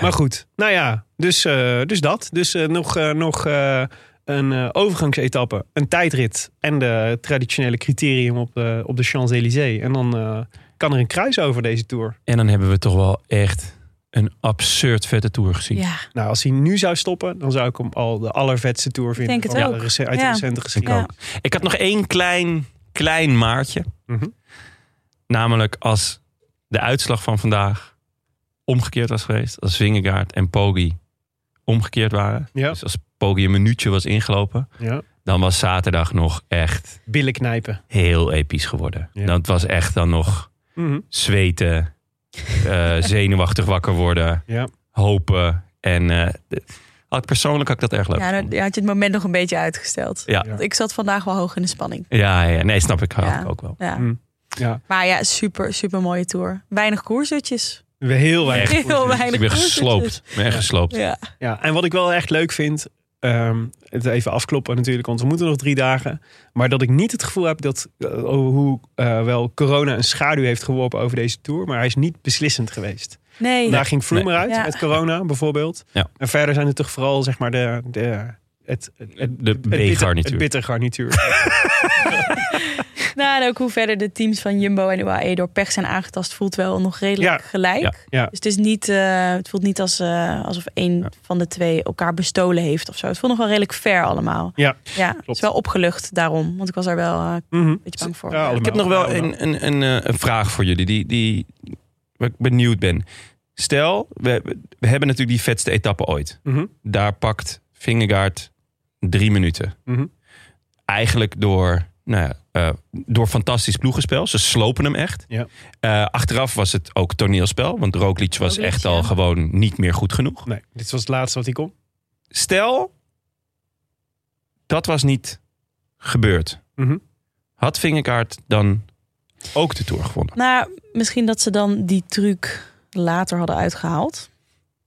Maar goed, nou ja, dus, eh, dus dat. Dus eh, nog, eh, nog eh, een eh, overgangsetappe, een tijdrit en de traditionele criterium op de, op de Champs-Élysées. En dan eh, kan er een kruis over deze Tour. En dan hebben we toch wel echt een absurd vette tour gezien. ja, Nou, als hij nu zou stoppen, dan zou ik hem al de allervetste Tour vinden denk het van de ook. rece- uit de Ja. recente Ik, geschiedenis. Ja. ook. ik had nog één klein, klein maartje. Mhm. Namelijk als de uitslag van vandaag omgekeerd was geweest. Als Vingegaard en Poggi omgekeerd waren. Ja. Dus als Poggi een minuutje was ingelopen. Ja. Dan was zaterdag nog echt Billen knijpen. heel episch geworden. Ja. Dat was echt dan nog Mhm. zweten, eh, <laughs> zenuwachtig wakker worden, Ja. hopen. En eh, had ik persoonlijk had ik dat erg leuk. ja, gevonden. dan nou, had je het moment nog een beetje uitgesteld. Ja. Want ik zat vandaag wel hoog in de spanning. Ja, ja, nee, snap ik, had Ja. ik ook wel. Ja. Hm. Ja. Maar ja, super, super mooie tour. Weinig koersertjes. We heel weinig. Echt. Heel weinig Dus Ik ben koersertjes. gesloopt. Ik ben echt gesloopt. Ja. Ja, en wat ik wel echt leuk vind, ehm, het even afkloppen natuurlijk, want we moeten nog drie dagen. Maar dat ik niet het gevoel heb dat eh, hoe eh, wel corona een schaduw heeft geworpen over deze tour, maar hij is niet beslissend geweest. Nee. Daar ging Froome Nee. eruit Ja. met corona bijvoorbeeld. Ja. En verder zijn er toch vooral zeg maar de, de het, het, het, De het bitter, B-garnituur. het bitter <laughs> garnituur. Nou, en ook hoe verder de teams van Jumbo en UAE door pech zijn aangetast, voelt wel nog redelijk Ja. gelijk. Ja. Ja. Dus het, is niet, eh, het voelt niet als, eh, alsof één van de twee elkaar bestolen heeft of zo. Het voelt nog wel redelijk fair allemaal. Ja, Ja, het is wel opgelucht daarom, want ik was er wel eh, een Mhm. beetje bang voor. Ja, allemaal. Ik heb nog wel Allemaal. een, een, een, eh, een vraag voor jullie, die, die, waar ik benieuwd ben. Stel, we, we hebben natuurlijk die vetste etappe ooit. Mhm. daar pakt Vingegaard drie minuten. Mhm. Eigenlijk door, nou ja, eh, door fantastisch ploegenspel. Ze slopen hem echt. Ja. Eh, achteraf was het ook toneelspel. Want Roglic was Roglic, echt ja. al gewoon niet meer goed genoeg. Nee, dit was het laatste wat hij kon. Stel, dat was niet gebeurd. Mhm. Had Vingegaard dan ook de Tour gewonnen? Nou, misschien dat ze dan die truc later hadden uitgehaald.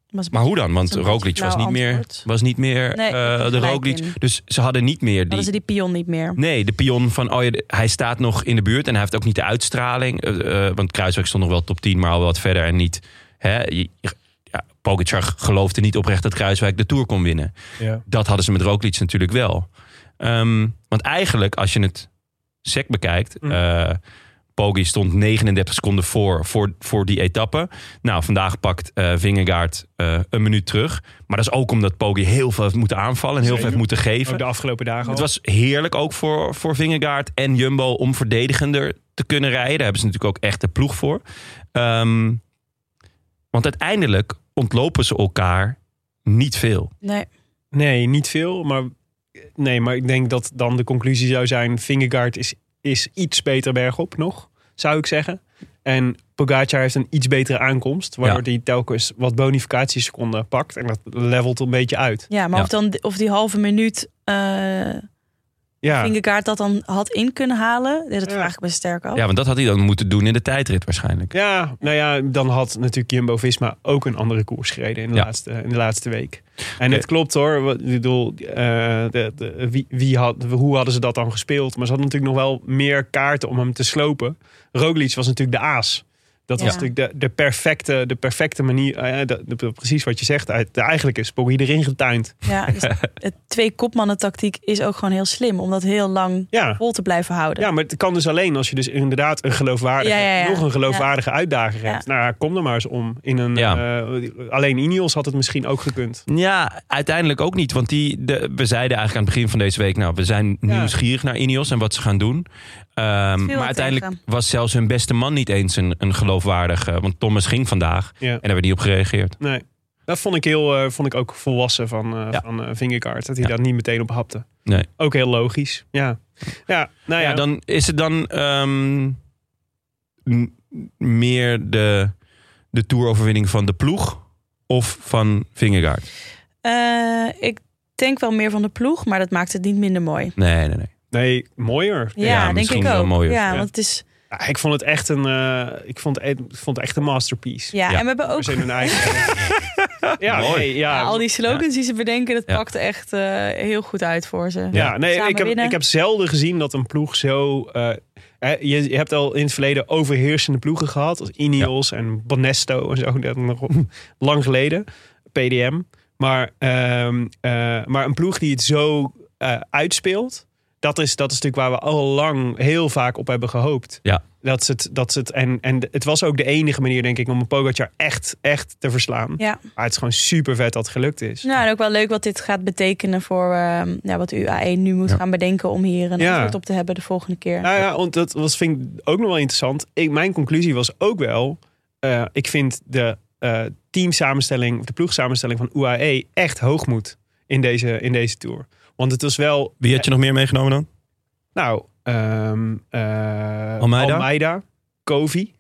Was Maar hoe dan? Want Dat is een Roglic was niet flauw meer, antwoord. was niet meer Nee, eh, je hebt de gelijk Roglic. in. Dus ze hadden niet meer die Hadden ze die pion niet meer. Nee, de pion van oh ja, de- hij staat nog in de buurt en hij heeft ook niet de uitstraling. eh, eh, want Kruiswijk stond nog wel top 10, maar al wat verder en niet. Hè, je- je- ja, Pogacar geloofde niet oprecht dat Kruiswijk de Tour kon winnen. Ja. Dat hadden ze met Roglic natuurlijk wel. Eh, Ehm, want eigenlijk, als je het sec bekijkt... Mm. eh, Poggi stond 39 seconden voor, voor, voor die etappe. Nou, vandaag pakt eh Vingegaard eh, een minuut terug. Maar dat is ook omdat Poggi heel veel heeft moeten aanvallen... en heel veel Zeker. heeft moeten Ook geven. de afgelopen dagen Het al. was heerlijk ook voor, voor Vingegaard en Jumbo om verdedigender te kunnen rijden. Daar hebben ze natuurlijk ook echt de ploeg voor. Ehm, want uiteindelijk ontlopen ze elkaar niet veel. Nee. Nee, niet veel. Maar, nee, maar ik denk dat dan de conclusie zou zijn... Vingegaard is, is iets beter bergop nog, zou ik zeggen. En Pogacar heeft een iets betere aankomst... waardoor Ja. hij telkens wat bonificatieseconden pakt. En dat levelt een beetje uit. Ja, maar Ja. Of, dan, of die halve minuut eh Ja, Vingegaard dat dan had in kunnen halen, dat vraag ik me sterk Oh. af. Ja, want dat had hij dan moeten doen in de tijdrit waarschijnlijk. ja nou ja, dan had natuurlijk Jumbo-Visma ook een andere koers gereden... in de, Ja. laatste, in de laatste week. En Oké. het klopt hoor. Wat- Ik bedoel, eh, de, de- wie, wie had, hoe hadden ze dat dan gespeeld? Maar ze hadden natuurlijk nog wel meer kaarten om hem te slopen. Roglic was natuurlijk de aas. Dat Ja. was natuurlijk de, de, perfecte, de perfecte manier. eh, de- de- precies wat je zegt. Uit- eigenlijk is Poggi erin getuind. <laughs> Ja, dus het twee kopmannen tactiek is ook gewoon heel slim om dat heel lang Ja. vol te blijven houden. ja, maar het kan dus alleen als je dus inderdaad een geloofwaardige, Ja, ja, ja. nog een geloofwaardige uitdager Ja. hebt. Nou ja, kom er maar eens om. In een, Ja. eh, alleen Ineos had het misschien ook gekund. Ja, uiteindelijk ook niet. Want die, de, we zeiden eigenlijk aan het begin van deze week... nou, we zijn Ja. nieuwsgierig naar Ineos en wat ze gaan doen. Ehm, maar tegen. uiteindelijk was zelfs hun beste man niet eens een, een geloofwaardige. Want Thomas ging vandaag en Ja. daar werd niet op gereageerd. Nee. Dat vond ik, heel, eh, vond ik ook volwassen van, eh Ja. van eh, Vingegaard. Dat hij Ja. daar niet meteen op hapte. Nee. Ook heel logisch. Ja. Ja, nou ja. ja, dan is het dan ehm, m- meer de, de toeroverwinning van de ploeg of van Vingegaard? Eh, ik denk wel meer van de ploeg, maar dat maakt het niet minder mooi. Nee, nee, nee. Nee, mooier. Ja, Ja, denk misschien ik wel ook. mooier. ja, Ja. want het is. Ja, ik vond het echt een, eh, ik vond, ik vond het echt een masterpiece. Ja, Ja. en we hebben ook Voor zijn hun eigen. ja, Mooi. nee, ja. <laughs> al die slogans die ze bedenken, dat Ja. pakt echt eh, heel goed uit voor ze. Ja, nee, Samen ik heb, winnen. ik heb zelden gezien dat een ploeg zo. eh, hè, je, je hebt al in het verleden overheersende ploegen gehad. Als Ineos en Bonesto en zo. Dat nog <laughs> lang geleden. PDM. Maar, ehm, eh, maar een ploeg die het zo eh, uitspeelt. Dat is, dat is natuurlijk waar we al lang heel vaak op hebben gehoopt. Ja. Dat ze het, dat ze het, en, en het was ook de enige manier, denk ik, om een Pogacar echt, echt te verslaan. Ja. Maar het is gewoon super vet dat het gelukt is. Nou, en ook wel leuk wat dit gaat betekenen voor ehm, ja, wat UAE nu moet Ja. gaan bedenken om hier een Ja. antwoord op te hebben de volgende keer. Nou ja, want dat was, vind ik ook nog wel interessant. Ik, mijn conclusie was ook wel... eh, ik vind de eh, teamsamenstelling, of de ploegsamenstelling van UAE echt hoogmoed in deze, in deze tour. Want het was wel, Wie had je nog meer meegenomen dan? nou, ehm, eh, Almeida? Almeida, Kovi,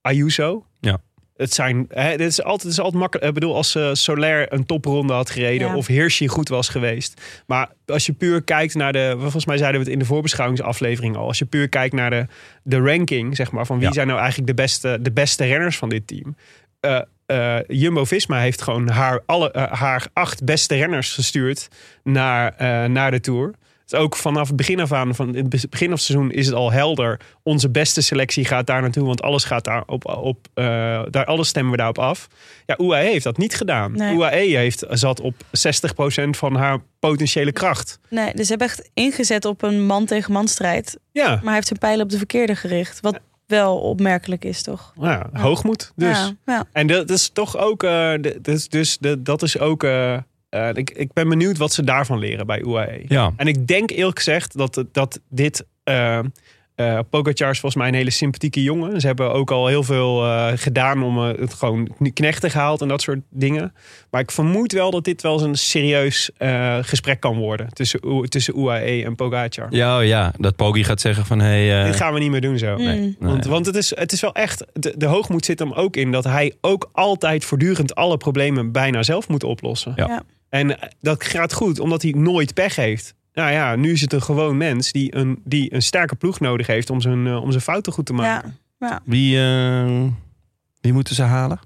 Ayuso. Ja. Het, zijn, hè, dit is altijd, het is altijd makkelijk. Ik bedoel, als eh, Soler een topronde had gereden Ja. of Hirschi goed was geweest. Maar als je puur kijkt naar de. Volgens mij zeiden we het in de voorbeschouwingsaflevering al. Als je puur kijkt naar de, de ranking, zeg maar, van wie Ja. zijn nou eigenlijk de beste, de beste renners van dit team. Eh, eh, Jumbo Visma heeft gewoon haar, alle, eh, haar acht beste renners gestuurd naar, eh, naar de tour. Het is ook vanaf het begin af aan, van het begin van het seizoen is het al helder. Onze beste selectie gaat daar naartoe, want alles gaat daar op, op eh, daar, alles stemmen we daarop af. Ja, UAE heeft dat niet gedaan. Nee. UAE heeft, zat op 60% van haar potentiële kracht. Nee, dus ze hebben echt ingezet op een man tegen man strijd. Ja, Maar hij heeft zijn pijlen op de verkeerde gericht. Wat wel opmerkelijk is, toch? ja hoogmoed dus. Ja, ja. En dat is toch ook, eh, d- dat is, dus dat- dat is ook, eh, eh, ik, ik ben benieuwd wat ze daarvan leren bij E. UAE. Ja, En ik denk eerlijk gezegd dat, dat dit. eh eh Pogacar is volgens mij een hele sympathieke jongen. Ze hebben ook al heel veel eh, gedaan om eh, het gewoon knechten gehaald en dat soort dingen. Maar ik vermoed wel dat dit wel eens een serieus eh, gesprek kan worden tussen, U- tussen UAE en Pogacar. ja, oh ja dat Poggi gaat Hmm. zeggen van... Hey, eh, Dit gaan we niet meer doen zo. Mm. nee. Want, want het, is, het is wel echt, de, de hoogmoed zit hem ook in dat hij ook altijd voortdurend alle problemen bijna zelf moet oplossen. Ja. Ja. En eh, dat gaat goed, omdat hij nooit pech heeft. Nou ja, nu is het een gewoon mens die een, die een sterke ploeg nodig heeft om zijn, eh, om zijn fouten goed te ja. maken. Wie, eh, wie moeten ze halen?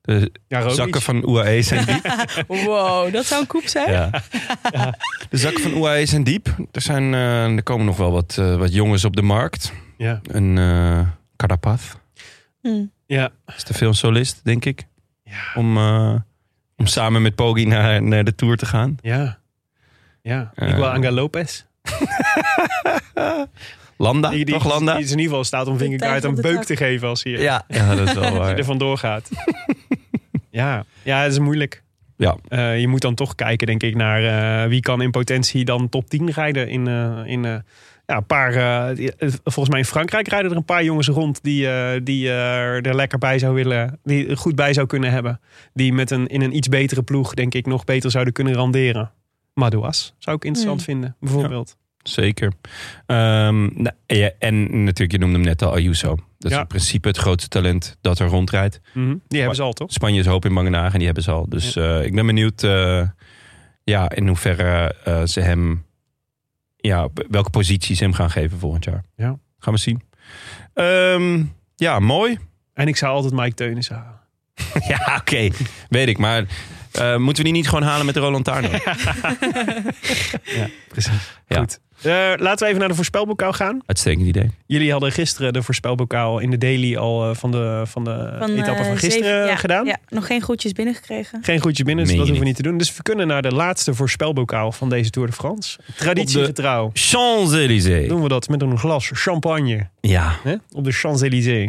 De Ja, Roglic. zakken van UAE zijn diep. Wow, dat zou een koep zijn. <laughs> Ja. De zakken van UAE zijn diep. Er, zijn, eh, er komen nog wel wat, eh, wat jongens op de markt. Ja. Een eh Carapaz. Hm. Ja. is te veel een solist, denk ik. Ja. Om, eh, om samen met Poggi naar, naar de Tour te gaan. Ja. Ja. Eh. Miguel Angel Lopez. Landa, Die, die, toch Landa? die is in ieder geval staat om vingerkaart tijger een op de beuk tak. te geven als hij eh, ja. Oh, ja, dat is <laughs> wel er waar. vandoor gaat. ja. ja, dat is moeilijk. Ja. Eh, je moet dan toch kijken, denk ik, naar eh, wie kan in potentie dan top 10 rijden. In, eh, in, eh, ja, een paar, eh, die- eh, volgens mij in Frankrijk rijden er een paar jongens rond die, eh, die eh, er lekker bij zou willen, die er goed bij zou kunnen hebben. Die met een, in een iets betere ploeg, denk ik, nog beter zouden kunnen renderen. Madouas zou ik interessant Mm. vinden, bijvoorbeeld. Zeker. Ehm, nou, ja, en natuurlijk, je noemde hem net al Ayuso. Dat is Ja. in principe het grootste talent dat er rondrijdt. Mhm. Die hebben ze al, toch? Spanje is hoop in Mangenaar en die hebben ze al. Dus eh, ik ben benieuwd eh, ja, in hoeverre eh, ze hem... Ja, op welke posities ze hem gaan geven volgend jaar. Ja. Gaan we zien. Ehm, ja, mooi. En ik zou altijd Mike Teunissen halen. <laughs> ja, oké. Weet ik, maar... eh, moeten we die niet gewoon halen met de Roland Tarno? <laughs> Precies. Ja. Goed. Eh, laten we even naar de voorspelbokaal gaan. Uitstekend idee. Jullie hadden gisteren de voorspelbokaal in de daily al eh, van de, van de eh, etappe van gisteren zeven- ja, gedaan. Ja, nog geen groetjes binnengekregen. Geen goedje binnen, dus Meen dat je hoeven we niet te doen. Dus we kunnen naar de laatste voorspelbokaal van deze Tour de France. Traditiegetrouw Champs-Élysées. doen we dat met een glas champagne Ja. hè? op de Champs-Élysées.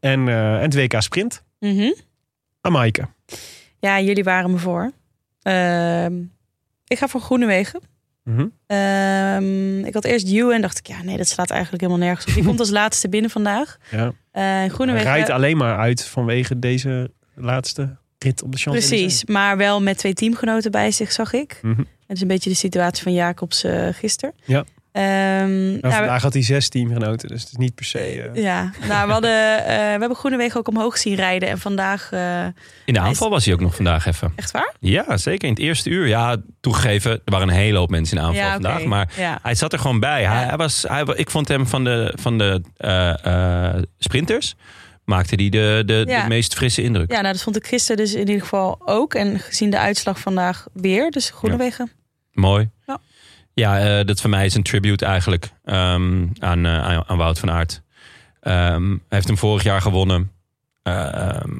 En, eh, en het WK Sprint Mhm. aan Maaike. Ja, jullie waren me voor. Ehm, ik ga voor Groenewegen. Mhm. Ehm, ik had eerst You en dacht ik, ja, nee, dat slaat eigenlijk helemaal nergens op. Die <laughs> komt als laatste binnen vandaag. Ja. Eh Hij Groenewegen. rijdt alleen maar uit vanwege deze laatste rit op de Champs-Élysées. Precies, maar wel met twee teamgenoten bij zich, zag ik. Mhm. Dat is een beetje de situatie van Jacobs eh gisteren. Ja. Ehm, Maar nou, we- vandaag had hij zes teamgenoten, dus het is niet per se... eh, ja, nou, we, hadden, eh, we hebben Groenewegen ook omhoog zien rijden. En vandaag, eh, In de aanval was hij ook nog vandaag even. echt waar? Ja, zeker. In het eerste uur. Ja, toegegeven, er waren een hele hoop mensen in aanval Ja, oké. Nou, vandaag. Maar Ja. hij zat er gewoon bij. Hij, Ja. hij was, hij, wa- ik vond hem van de, van de eh, eh, sprinters, maakte hij de, de, Ja. de meest frisse indruk. ja, nou, dat vond ik gisteren dus in ieder geval ook. En gezien de uitslag vandaag weer, dus Groenewegen. Mooi. Ja. Ja, eh, dat voor mij is een tribute eigenlijk ehm, aan, eh, aan, aan Wout van Aert. Ehm, hij heeft hem vorig jaar gewonnen. Ehm,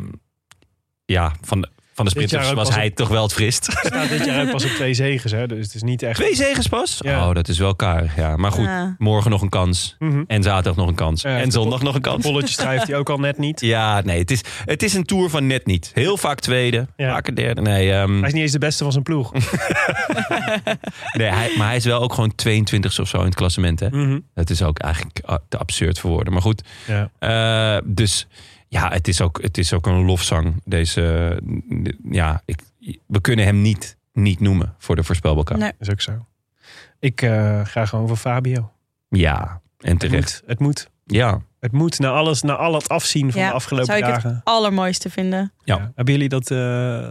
ja, van de, van de jaar sprinters ook was was hij toch wel het frist. <laughs> staat dit jaar ook pas op twee zegens, hè? dus het is niet echt... Twee zegens pas? Ja. Oh, dat is wel karig, ja. Maar goed, Ja. morgen nog een kans. Mhm. En zaterdag nog een kans. Ja, en zondag nog een Een kans. bolletje schrijft hij ook al net niet. Ja, nee, het is, het is een tour van net niet. Heel vaak tweede, Ja. vaker derde. Nee, ehm, Hij is niet eens de beste van zijn ploeg. nee hij, maar hij is wel ook gewoon 22 of zo in het klassement. Hè? Mhm. Dat is ook eigenlijk ah, te absurd voor woorden. Maar goed, Ja. eh, dus ja, het is, ook, het is ook een lofzang. Deze, ja, ik, we kunnen hem niet, niet noemen voor de voorspelbokaal. Nee. Is ook zo. Ik eh, ga gewoon voor Fabio. Ja, en Het terecht. moet. Het moet. Ja, Het moet. Na, alles, na al het afzien van Ja, de afgelopen zou ik het- dagen. Allermooiste vinden. Ja. Hebben jullie dat eh,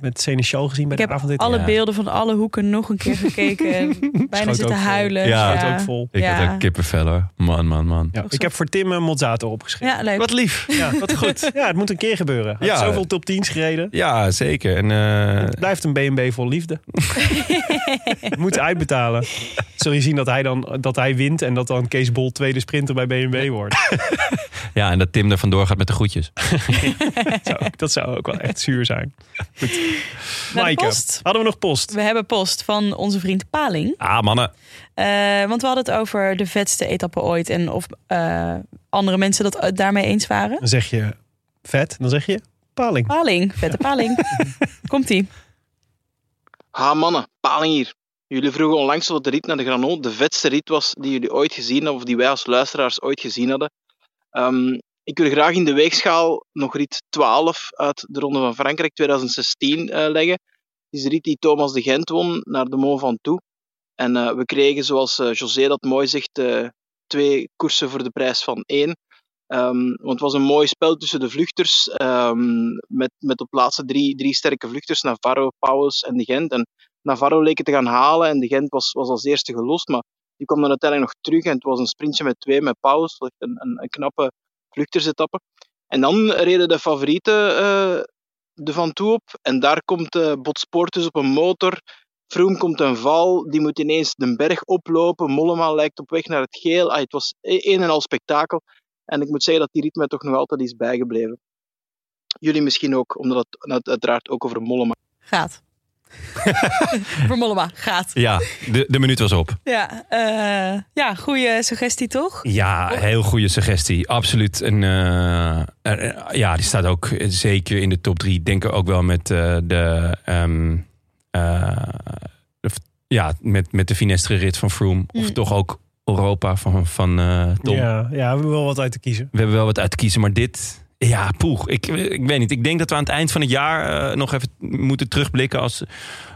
met Seneschal gezien bij Ik de heb avondrit? alle Ja. beelden van alle hoeken nog een keer gekeken. <laughs> en Bijna ook zitten vol. huilen. Ja. Dat is ook vol. ik Ja. had ook kippenvel hoor. Man, man, man. Ja. Ook Ik zo. heb voor Tim een Mozzato opgeschreven. Ja, leuk. <laughs> Wat lief. Ja, wat goed. Ja, het moet een keer gebeuren. Hij heeft Ja. zoveel top 10's gereden. Ja, zeker. En, eh, Het blijft een B&B vol liefde. Moet <laughs> uitbetalen. Zul je zien dat hij, dan, dat hij wint en dat dan Kees Bol tweede sprinter bij B&B wordt. ja, en dat Tim er vandoor gaat met de groetjes. <laughs> Zou ook- dat zou ook wel echt zuur zijn. Naar de Maaike, post. hadden we nog post? We hebben post van onze vriend Paling. Ah, mannen. Eh, want we hadden het over de vetste etappe ooit. En of eh, andere mensen dat eh, daarmee eens waren. Dan zeg je vet, dan zeg je paling. Paling, vette <laughs> paling. Komt-ie. Ha mannen, paling hier. Jullie vroegen onlangs wat de rit naar de Granon de vetste rit was die jullie ooit gezien hadden, of die wij als luisteraars ooit gezien hadden. Ehm, ik wil graag in de weegschaal nog rit 12 uit de Ronde van Frankrijk 2016 eh, leggen. Het is de rit die Thomas de Gent won naar de Mont Ventoux. En eh, we kregen, zoals eh, José dat mooi zegt, eh, twee koersen voor de prijs van één. Ehm, want het was een mooi spel tussen de vluchters. ehm, met, met op laatste drie, drie sterke vluchters: Navarro, Pauwels en de Gent. En Navarro leek het te gaan halen en de Gent was, was als eerste gelost. Maar die kwam dan uiteindelijk nog terug en het was een sprintje met twee met Pauwels. Echt Een, een, een knappe vluchtersetappe. En dan reden de favorieten eh de Van Toe op. En daar komt eh Botspoort dus op een motor. Froome komt een val, die moet ineens de berg oplopen. Mollema lijkt op weg naar het geel. Ah, het was e- een en al spektakel. En ik moet zeggen dat die ritme toch nog altijd is <laughs> bijgebleven. Jullie misschien ook, omdat het uiteraard ook over Mollema Gaat. Vermollema, gaat. Ja, de, de minuut was op. Ja, eh, ja goede suggestie toch? Ja, heel goede suggestie. Absoluut. Een, eh, eh, ja, die staat ook zeker in de top drie. Denk ik ook wel met eh, de... ehm, eh, de- ja, met, met de finestere rit van Froome. Of Mm. toch ook Europa van, van eh, Tom. Ja, ja, we hebben wel wat uit te kiezen. We hebben wel wat uit te kiezen, maar dit... Ja, poeg. Ik, ik weet niet. Ik denk dat we aan het eind van het jaar eh, nog even moeten terugblikken... als,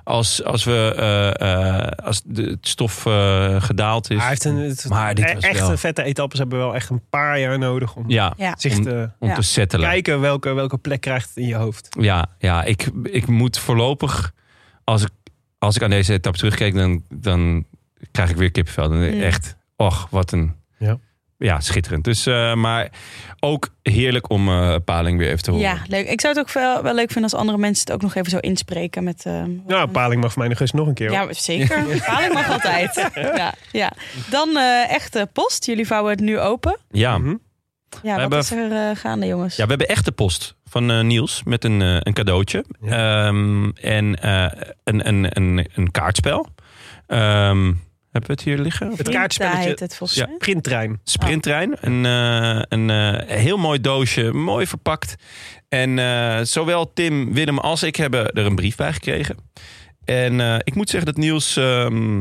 als, als, we, eh, eh, als de, het stof eh, gedaald is. Hij heeft een, het, Maar dit e- was echte wel- vette etappes hebben wel echt een paar jaar nodig om Ja, Ja. zich Om- te om Ja. te settelen. kijken welke, welke plek krijgt het in je hoofd. Ja, ja ik, ik moet voorlopig, als ik, als ik aan deze etappe terugkijk, dan, dan krijg ik weer kippenvel. Dan Mm. Echt, och, wat een... Ja. Ja, schitterend. Dus, eh, maar ook heerlijk om eh, Paling weer even te horen. Ja, leuk. Ik zou het ook wel, wel leuk vinden als andere mensen het ook nog even zo inspreken. Met, eh, wat Nou, een- Paling mag voor mij nog eens nog een keer. hoor. Ja, maar zeker. <laughs> Bepaling mag altijd. Ja, ja. Dan eh, echte post. Jullie vouwen het nu open. Ja. Mhm. Ja, wat hebben- is er eh, gaande, jongens? Ja, we hebben echte post van eh, Niels met een, eh, een cadeautje. Ehm, en eh, een, een, een, een kaartspel. Ehm, hebben we het hier liggen? Het Vinta kaartspelletje- heet het volgens Ja. mij. Printtrein. Oh. Sprinttrein. Een, eh, een eh, heel mooi doosje, mooi verpakt. En eh, zowel Tim, Willem als ik hebben er een brief bij gekregen. En eh, ik moet zeggen dat Niels... ehm,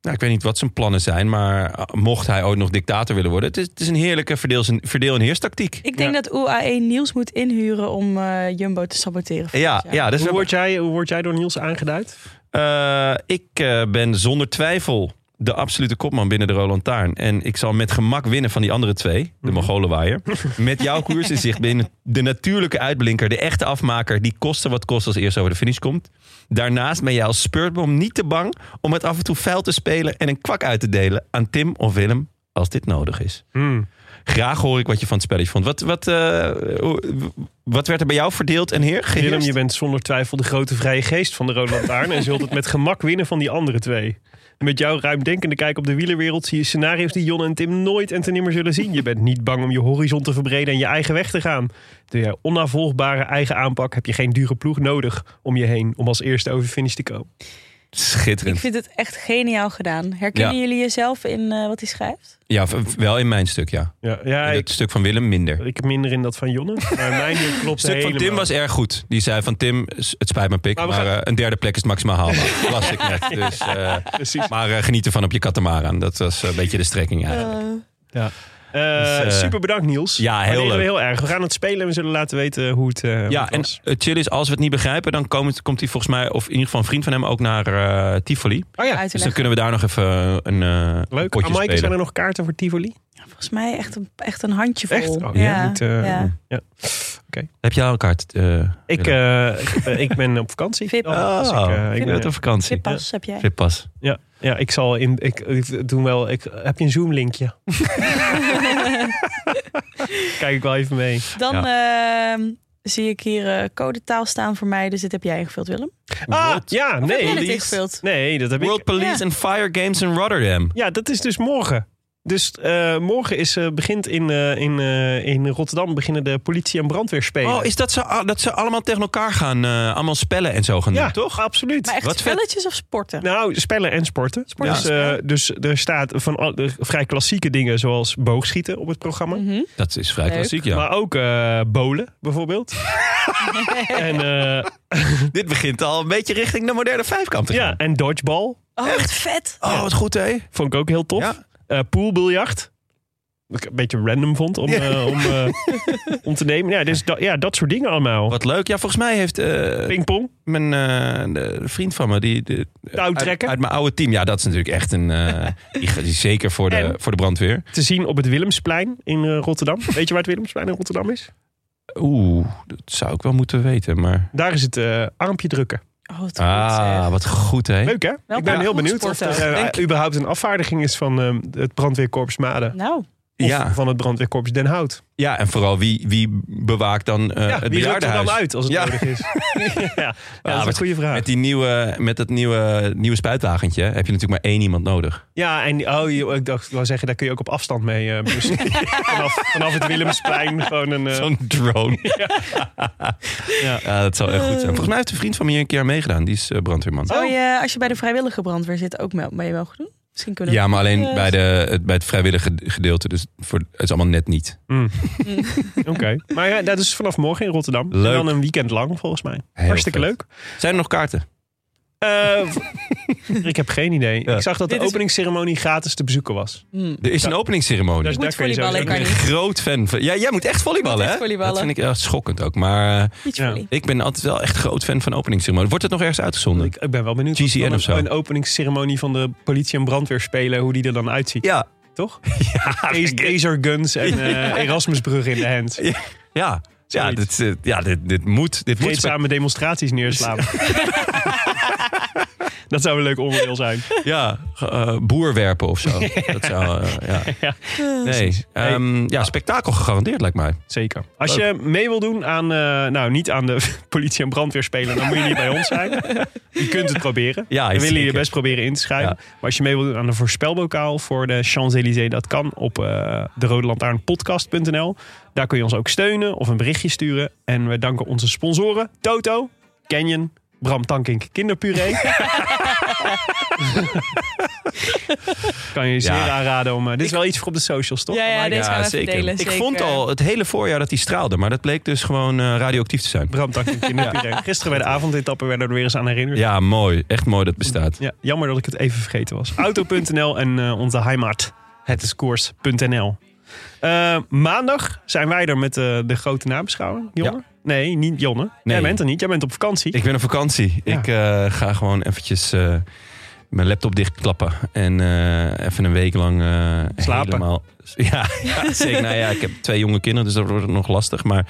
nou, ik weet niet wat zijn plannen zijn, maar eh, mocht hij ooit nog dictator willen worden... het is, het is een heerlijke verdeel- verdeel- en heerstactiek. Ik denk dat UAE Niels moet inhuren om eh, Jumbo te saboteren. Ja, volgend jaar. ja, dus Hoe we- word, jij, hoe word jij door Niels aangeduid? Eh, ik eh, ben zonder twijfel de absolute kopman binnen de Roland Taarn. En ik zal met gemak winnen van die andere twee, Mhm. de <laughs> Mongolenwaaier. Met jouw koers in zicht ben je de natuurlijke uitblinker, de echte afmaker... die koste wat kost als eerste over de finish komt. Daarnaast ben jij als speurtbom niet te bang om het af en toe vuil te spelen... en een kwak uit te delen aan Tim of Willem als dit nodig is. Hmm. Graag hoor ik wat je van het spelletje vond. Wat, wat, eh, hoe- wat werd er bij jou verdeeld en heer? geheerst? Willem, je bent zonder twijfel de grote vrije geest van de <laughs> Rode Lantaarn... en zult het met gemak winnen van die andere twee. En met jouw ruimdenkende kijk op de wielerwereld... zie je scenario's die Jon en Tim nooit en ten nimmer zullen zien. Je bent niet bang om je horizon te verbreden en je eigen weg te gaan. Door je onnavolgbare eigen aanpak heb je geen dure ploeg nodig... om je heen om als eerste over de finish te komen. Ik Schitterend. vind het echt geniaal gedaan. Herkennen Ja. jullie jezelf in eh, wat hij schrijft? Ja, v- wel in mijn stuk, ja. Ja, ja In ik, het stuk van Willem minder. ik heb minder in dat van Jonne. Maar mijn <laughs> hier klopt Het stuk van helemaal. Tim was erg goed. Die zei van Tim, s- het spijt me pik, Maar maar, we gaan- eh, een derde plek is maximaal haalbaar. <laughs> Dat las ik net. Dus, eh, Precies. maar eh, geniet ervan op je katamaran. Dat was een beetje de strekking eigenlijk. Eh, Dus, eh, super bedankt, Niels. ja, heel Waarderen we leuk. heel erg. We gaan het spelen en we zullen laten weten hoe het, eh, hoe ja, het en was. het chill is, als we het niet begrijpen, dan komt, komt hij volgens mij, of in ieder geval een vriend van hem, ook naar eh, Tivoli. Oh ja, <laughs> Uit te Dus dan leggen. kunnen we daar nog even een eh leuk. potje Maaike, zijn spelen. er nog kaarten voor Tivoli? Volgens mij echt een, echt een handjevol. Echt? Oh, ja, niet, eh, ja. Heb jij al een kaart? eh, Ik, Willem? eh, ik, eh, ik ben op vakantie. <laughs> Vip. Ja, dus ik, eh, Oh, ik je ben- bent op vakantie. Flippas heb jij. Flippas. ja, ja, ik zal in. Ik, ik doe wel. Ik, heb je een Zoom-linkje? Kijk ik wel even mee. <laughs> Dan ehm, zie ik hier eh, codetaal staan voor mij. Dus dit heb jij ingevuld, Willem. Ah, World- ja, Of heb nee. jij dit die- ingevuld? Nee, dat heb ik. World Police and Fire Games in Rotterdam. Ja, dat is dus morgen. Dus eh, morgen is, eh, begint in, eh, in, eh, in Rotterdam beginnen de politie en brandweer spelen. Oh, is dat ze, dat ze allemaal tegen elkaar gaan, eh, allemaal spellen en zo gaan ja, doen, toch? toch? Absoluut. Maar echt Wat vet. spelletjes of sporten? Nou, spellen en sporten. Sporten. Dus, eh, dus er staat van al, de vrij klassieke dingen zoals boogschieten op het programma. Mhm. Dat is vrij Leuk. klassiek, ja. Maar ook eh bolen <laughs> bijvoorbeeld. en, eh, Dit begint al een beetje richting de moderne vijfkant te gaan. ja, en dodgeball. Oh, wat vet. Oh, wat goed, hè? Vond ik ook heel tof. Ja. <laughs> Eh, poolbiljart. Wat ik een beetje random <laughs> vond om, eh, om, eh, om te nemen. Ja, dus da- ja, dat soort dingen allemaal. Wat leuk. Ja, volgens mij heeft eh, Pingpong. mijn eh, de vriend van me... Die, de, uit, Touwtrekken. uit mijn oude team. Ja, dat is natuurlijk echt een... <laughs> eh, die, die is zeker voor de, En? voor de brandweer. Te zien op het Willemsplein in eh, Rotterdam. <laughs> Weet je waar het Willemsplein in Rotterdam is? Oeh, dat zou ik wel moeten weten, maar... Daar is het eh, armpje drukken. Oh, wat goed, Ah, zeg. wat goed, hè? Leuk hè? ik ben goed heel benieuwd of sporten. er eh, Denk- überhaupt een afvaardiging is van eh, het ehm, brandweerkorps Maden. Nou, Of Ja. van het brandweerkorps Den Hout. Ja, en vooral wie, wie bewaakt dan eh Ja, het wie rukt er bejaardenhuis? dan uit als het Ja. nodig <laughs> is? ja, ja, dat is een met- goede vraag. Met, die nieuwe, met dat nieuwe, nieuwe spuitwagentje heb je natuurlijk maar één iemand nodig. Ja, en oh, je- ik dacht, ik wou zeggen, daar kun je ook op afstand mee eh, <laughs> blussen. vanaf, vanaf het Willemsplein gewoon een... eh, Zo'n drone. Ja. ja. dat zou echt goed zijn. Volgens mij heeft een vriend van me hier een keer aan meegedaan. Die is eh, brandweerman. Zou je, als je bij de vrijwillige brandweer zit, ook mee, mee mogen doen? Misschien kunnen we Ja, maar alleen Eh, bij, de, het, bij het vrijwillige gedeelte. Dus voor, het is allemaal net niet. <laughs> Oké. Maar ja, dat is vanaf morgen in Rotterdam. En Leuk. dan een weekend lang, volgens mij. Heel Hartstikke vet. leuk. Zijn er nog kaarten? Eh, <laughs> ik heb geen idee. Ja. Ik zag dat Dit de is- openingsceremonie gratis te bezoeken was. Er is een openingsceremonie. Dus moet daar kun je zo- volleyballen, Ik ben een kan niet. groot fan van... Ja, jij moet echt volleyballen, Ik moet echt hè? volleyballen. Dat vind ik echt schokkend ook. Maar eh, Beach Ja. volley. ik ben altijd wel echt groot fan van openingsceremonie. Wordt het nog ergens uitgezonden? Ik, ik ben wel benieuwd. GCN dan of zo. Een, een openingsceremonie van de politie en brandweer spelen, hoe die er dan uitziet. Ja. Toch? Ja, <laughs> Taser guns en eh, Erasmusbrug in de hand. Ja. Ja, Zoiets. dit, eh, ja dit, dit moet. Dit moet spek- vreedzame demonstraties neerslaan. dat zou een leuk onderdeel zijn. Ja, ge- eh, boer werpen of zo. Dat zou, eh, ja. Nee, ehm, ja, spektakel gegarandeerd lijkt mij. Zeker. Als je mee wil doen aan, eh, nou niet aan de <laughs> politie en brandweer spelen, dan moet je niet bij ons zijn. Je kunt het proberen. Ja, we willen je zeker. best proberen in te schrijven. Ja. Maar als je mee wil doen aan de voorspelbokaal voor de Champs-Élysées, dat kan op eh de Rode Lantaarnpodcast.nl. Daar kun je ons ook steunen of een berichtje sturen. En we danken onze sponsoren Toto, Canyon, Bram Tankink Kinderpuree. <laughs> kan je je zeer Ja. aanraden om. eh, dit is wel iets voor op de socials, toch? Ja, ja, Like deze gaan we even zeker. delen, Ik zeker. vond al het hele voorjaar dat hij straalde, maar dat bleek dus gewoon eh, radioactief te zijn. Bram Takking, kinderpuree. Gisteren bij de avondetappe werden we er weer eens aan herinnerd. Ja, mooi. Echt mooi dat het bestaat. Ja, jammer dat ik het even vergeten was. Auto.nl en eh, onze heimat, het is koers.nl. Eh, maandag zijn wij er met eh, de grote nabeschouwing, Jonne. Ja. Nee, niet Jonne. Jij Nee. bent er niet, jij bent op vakantie. Ik ben op vakantie. Ja. Ik eh, ga gewoon eventjes eh, mijn laptop dichtklappen. En eh, even een week lang... eh, Slapen. helemaal- <laughs> Ja, ja, zeker. Nou ja, ik heb twee jonge kinderen, dus dat wordt het nog lastig. Maar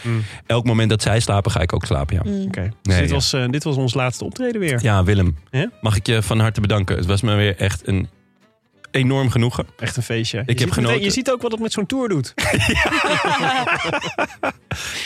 elk moment dat zij slapen, ga ik ook slapen, ja. Oké. Dus Nee, dit, ja. was, eh, dit was ons laatste optreden weer. Ja, Willem. Ja? Mag ik je van harte bedanken. Het was me weer echt een enorm genoegen. Echt een feestje. Ik je heb ziet, genoten. Je ziet ook wat het met zo'n tour doet.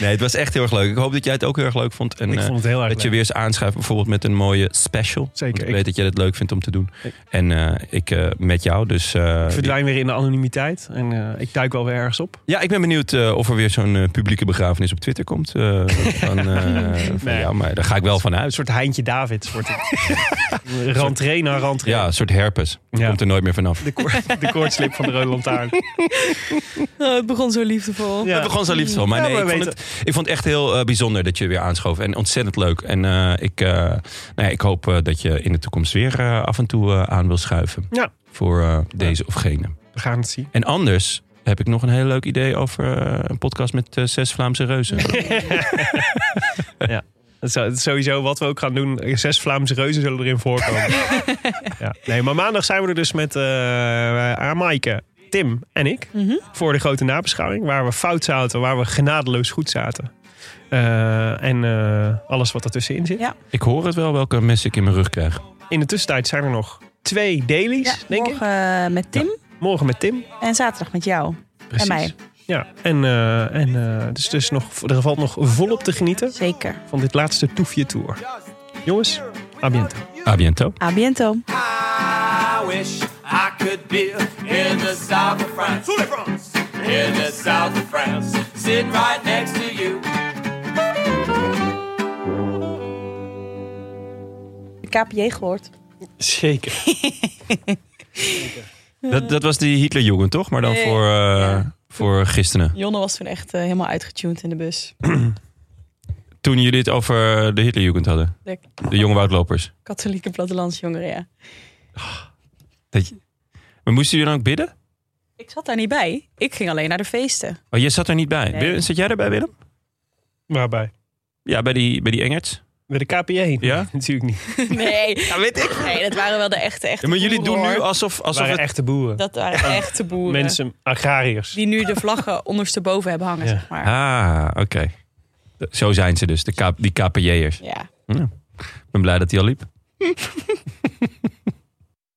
Nee, het was echt heel erg leuk. Ik hoop dat jij het ook heel erg leuk vond. En, ik eh, vond het heel erg dat je leuk. weer eens aanschuift bijvoorbeeld met een mooie special. Zeker. Want ik Ik- weet dat jij het leuk vindt om te doen. En eh, ik eh, met jou, dus... eh, Ik verdwijn weer in de anonimiteit en eh, ik duik wel weer ergens op. Ja, ik ben benieuwd eh, of er weer zo'n eh, publieke begrafenis op Twitter komt. eh, <laughs> van, eh, van Nee. jou, maar daar ga ik wel van Een uit. soort Heintje Davids wordt het. Rentree naar rentree. Ja, een soort herpes. Ja. Komt er nooit meer vanaf. De, koor- de koortslip van de Rode Lantaarn. Oh, het begon zo liefdevol. Ja. We begonnen zo liefdevol. Maar Ja, nee, maar ik, we vond weten- het, ik vond het echt heel eh, bijzonder dat je weer aanschoof. En ontzettend leuk. En eh, ik, eh, nou ja, ik hoop eh, dat je in de toekomst weer eh, af en toe eh, aan wil schuiven. Ja. Voor eh, deze of gene. We gaan het zien. En anders heb ik nog een heel leuk idee over eh, een podcast met eh, zes Vlaamse reuzen. <laughs> Dat is- dat is sowieso wat we ook gaan doen. Zes Vlaamse reuzen zullen erin <laughs> voorkomen. ja. Nee, maar maandag zijn we er dus met eh Maaike, Tim en ik. Voor de grote nabeschouwing. Waar we fout zaten, waar we genadeloos goed zaten. Eh, en eh, alles wat ertussenin zit. Ja. Ik hoor het wel welke mes ik in mijn rug krijg. In de tussentijd zijn er nog twee dailies, Ja, denk morgen eh, met Tim ik. Morgen met Tim. en zaterdag met jou. Precies. En mij, Ja, en, eh, en eh, dus, dus nog, er valt nog volop te genieten zeker. van dit laatste Toefje Tour. Jongens, à biento. A biento. A biento. I wish I could be in the south of France. In the south of France. Sitting right next to you. KPJ gehoord. Zeker. Dat, dat was die Hitlerjugend toch? Maar dan Nee, voor, eh, voor gisteren. Jonne was toen echt eh, helemaal uitgetuned in de bus. Toen jullie het over de Hitlerjugend hadden. De De jonge woudlopers. katholieke plattelandsjongeren, ja. Dat je... Maar moesten jullie dan ook bidden? Ik zat daar niet bij. Ik ging alleen naar de <laughs> feesten. Oh, jij zat er niet bij. Nee. Willem- Zat jij erbij, Willem? Waarbij? Ja, bij die, bij die Engerts. Bij de E. KPJ? Ja? Natuurlijk niet. Nee. Ja, weet ik. Nee, dat waren wel de echte, echte maar jullie boeren, doen nu hoor. alsof, Dat alsof waren het... echte boeren. Dat waren echte boeren. Mensen, agrariërs. Die nu de vlaggen ondersteboven hebben hangen, Ja. zeg maar. Ah, oké. Zo zijn ze dus, de K- die KPJ'ers. Ja. Ik ben blij dat hij al liep.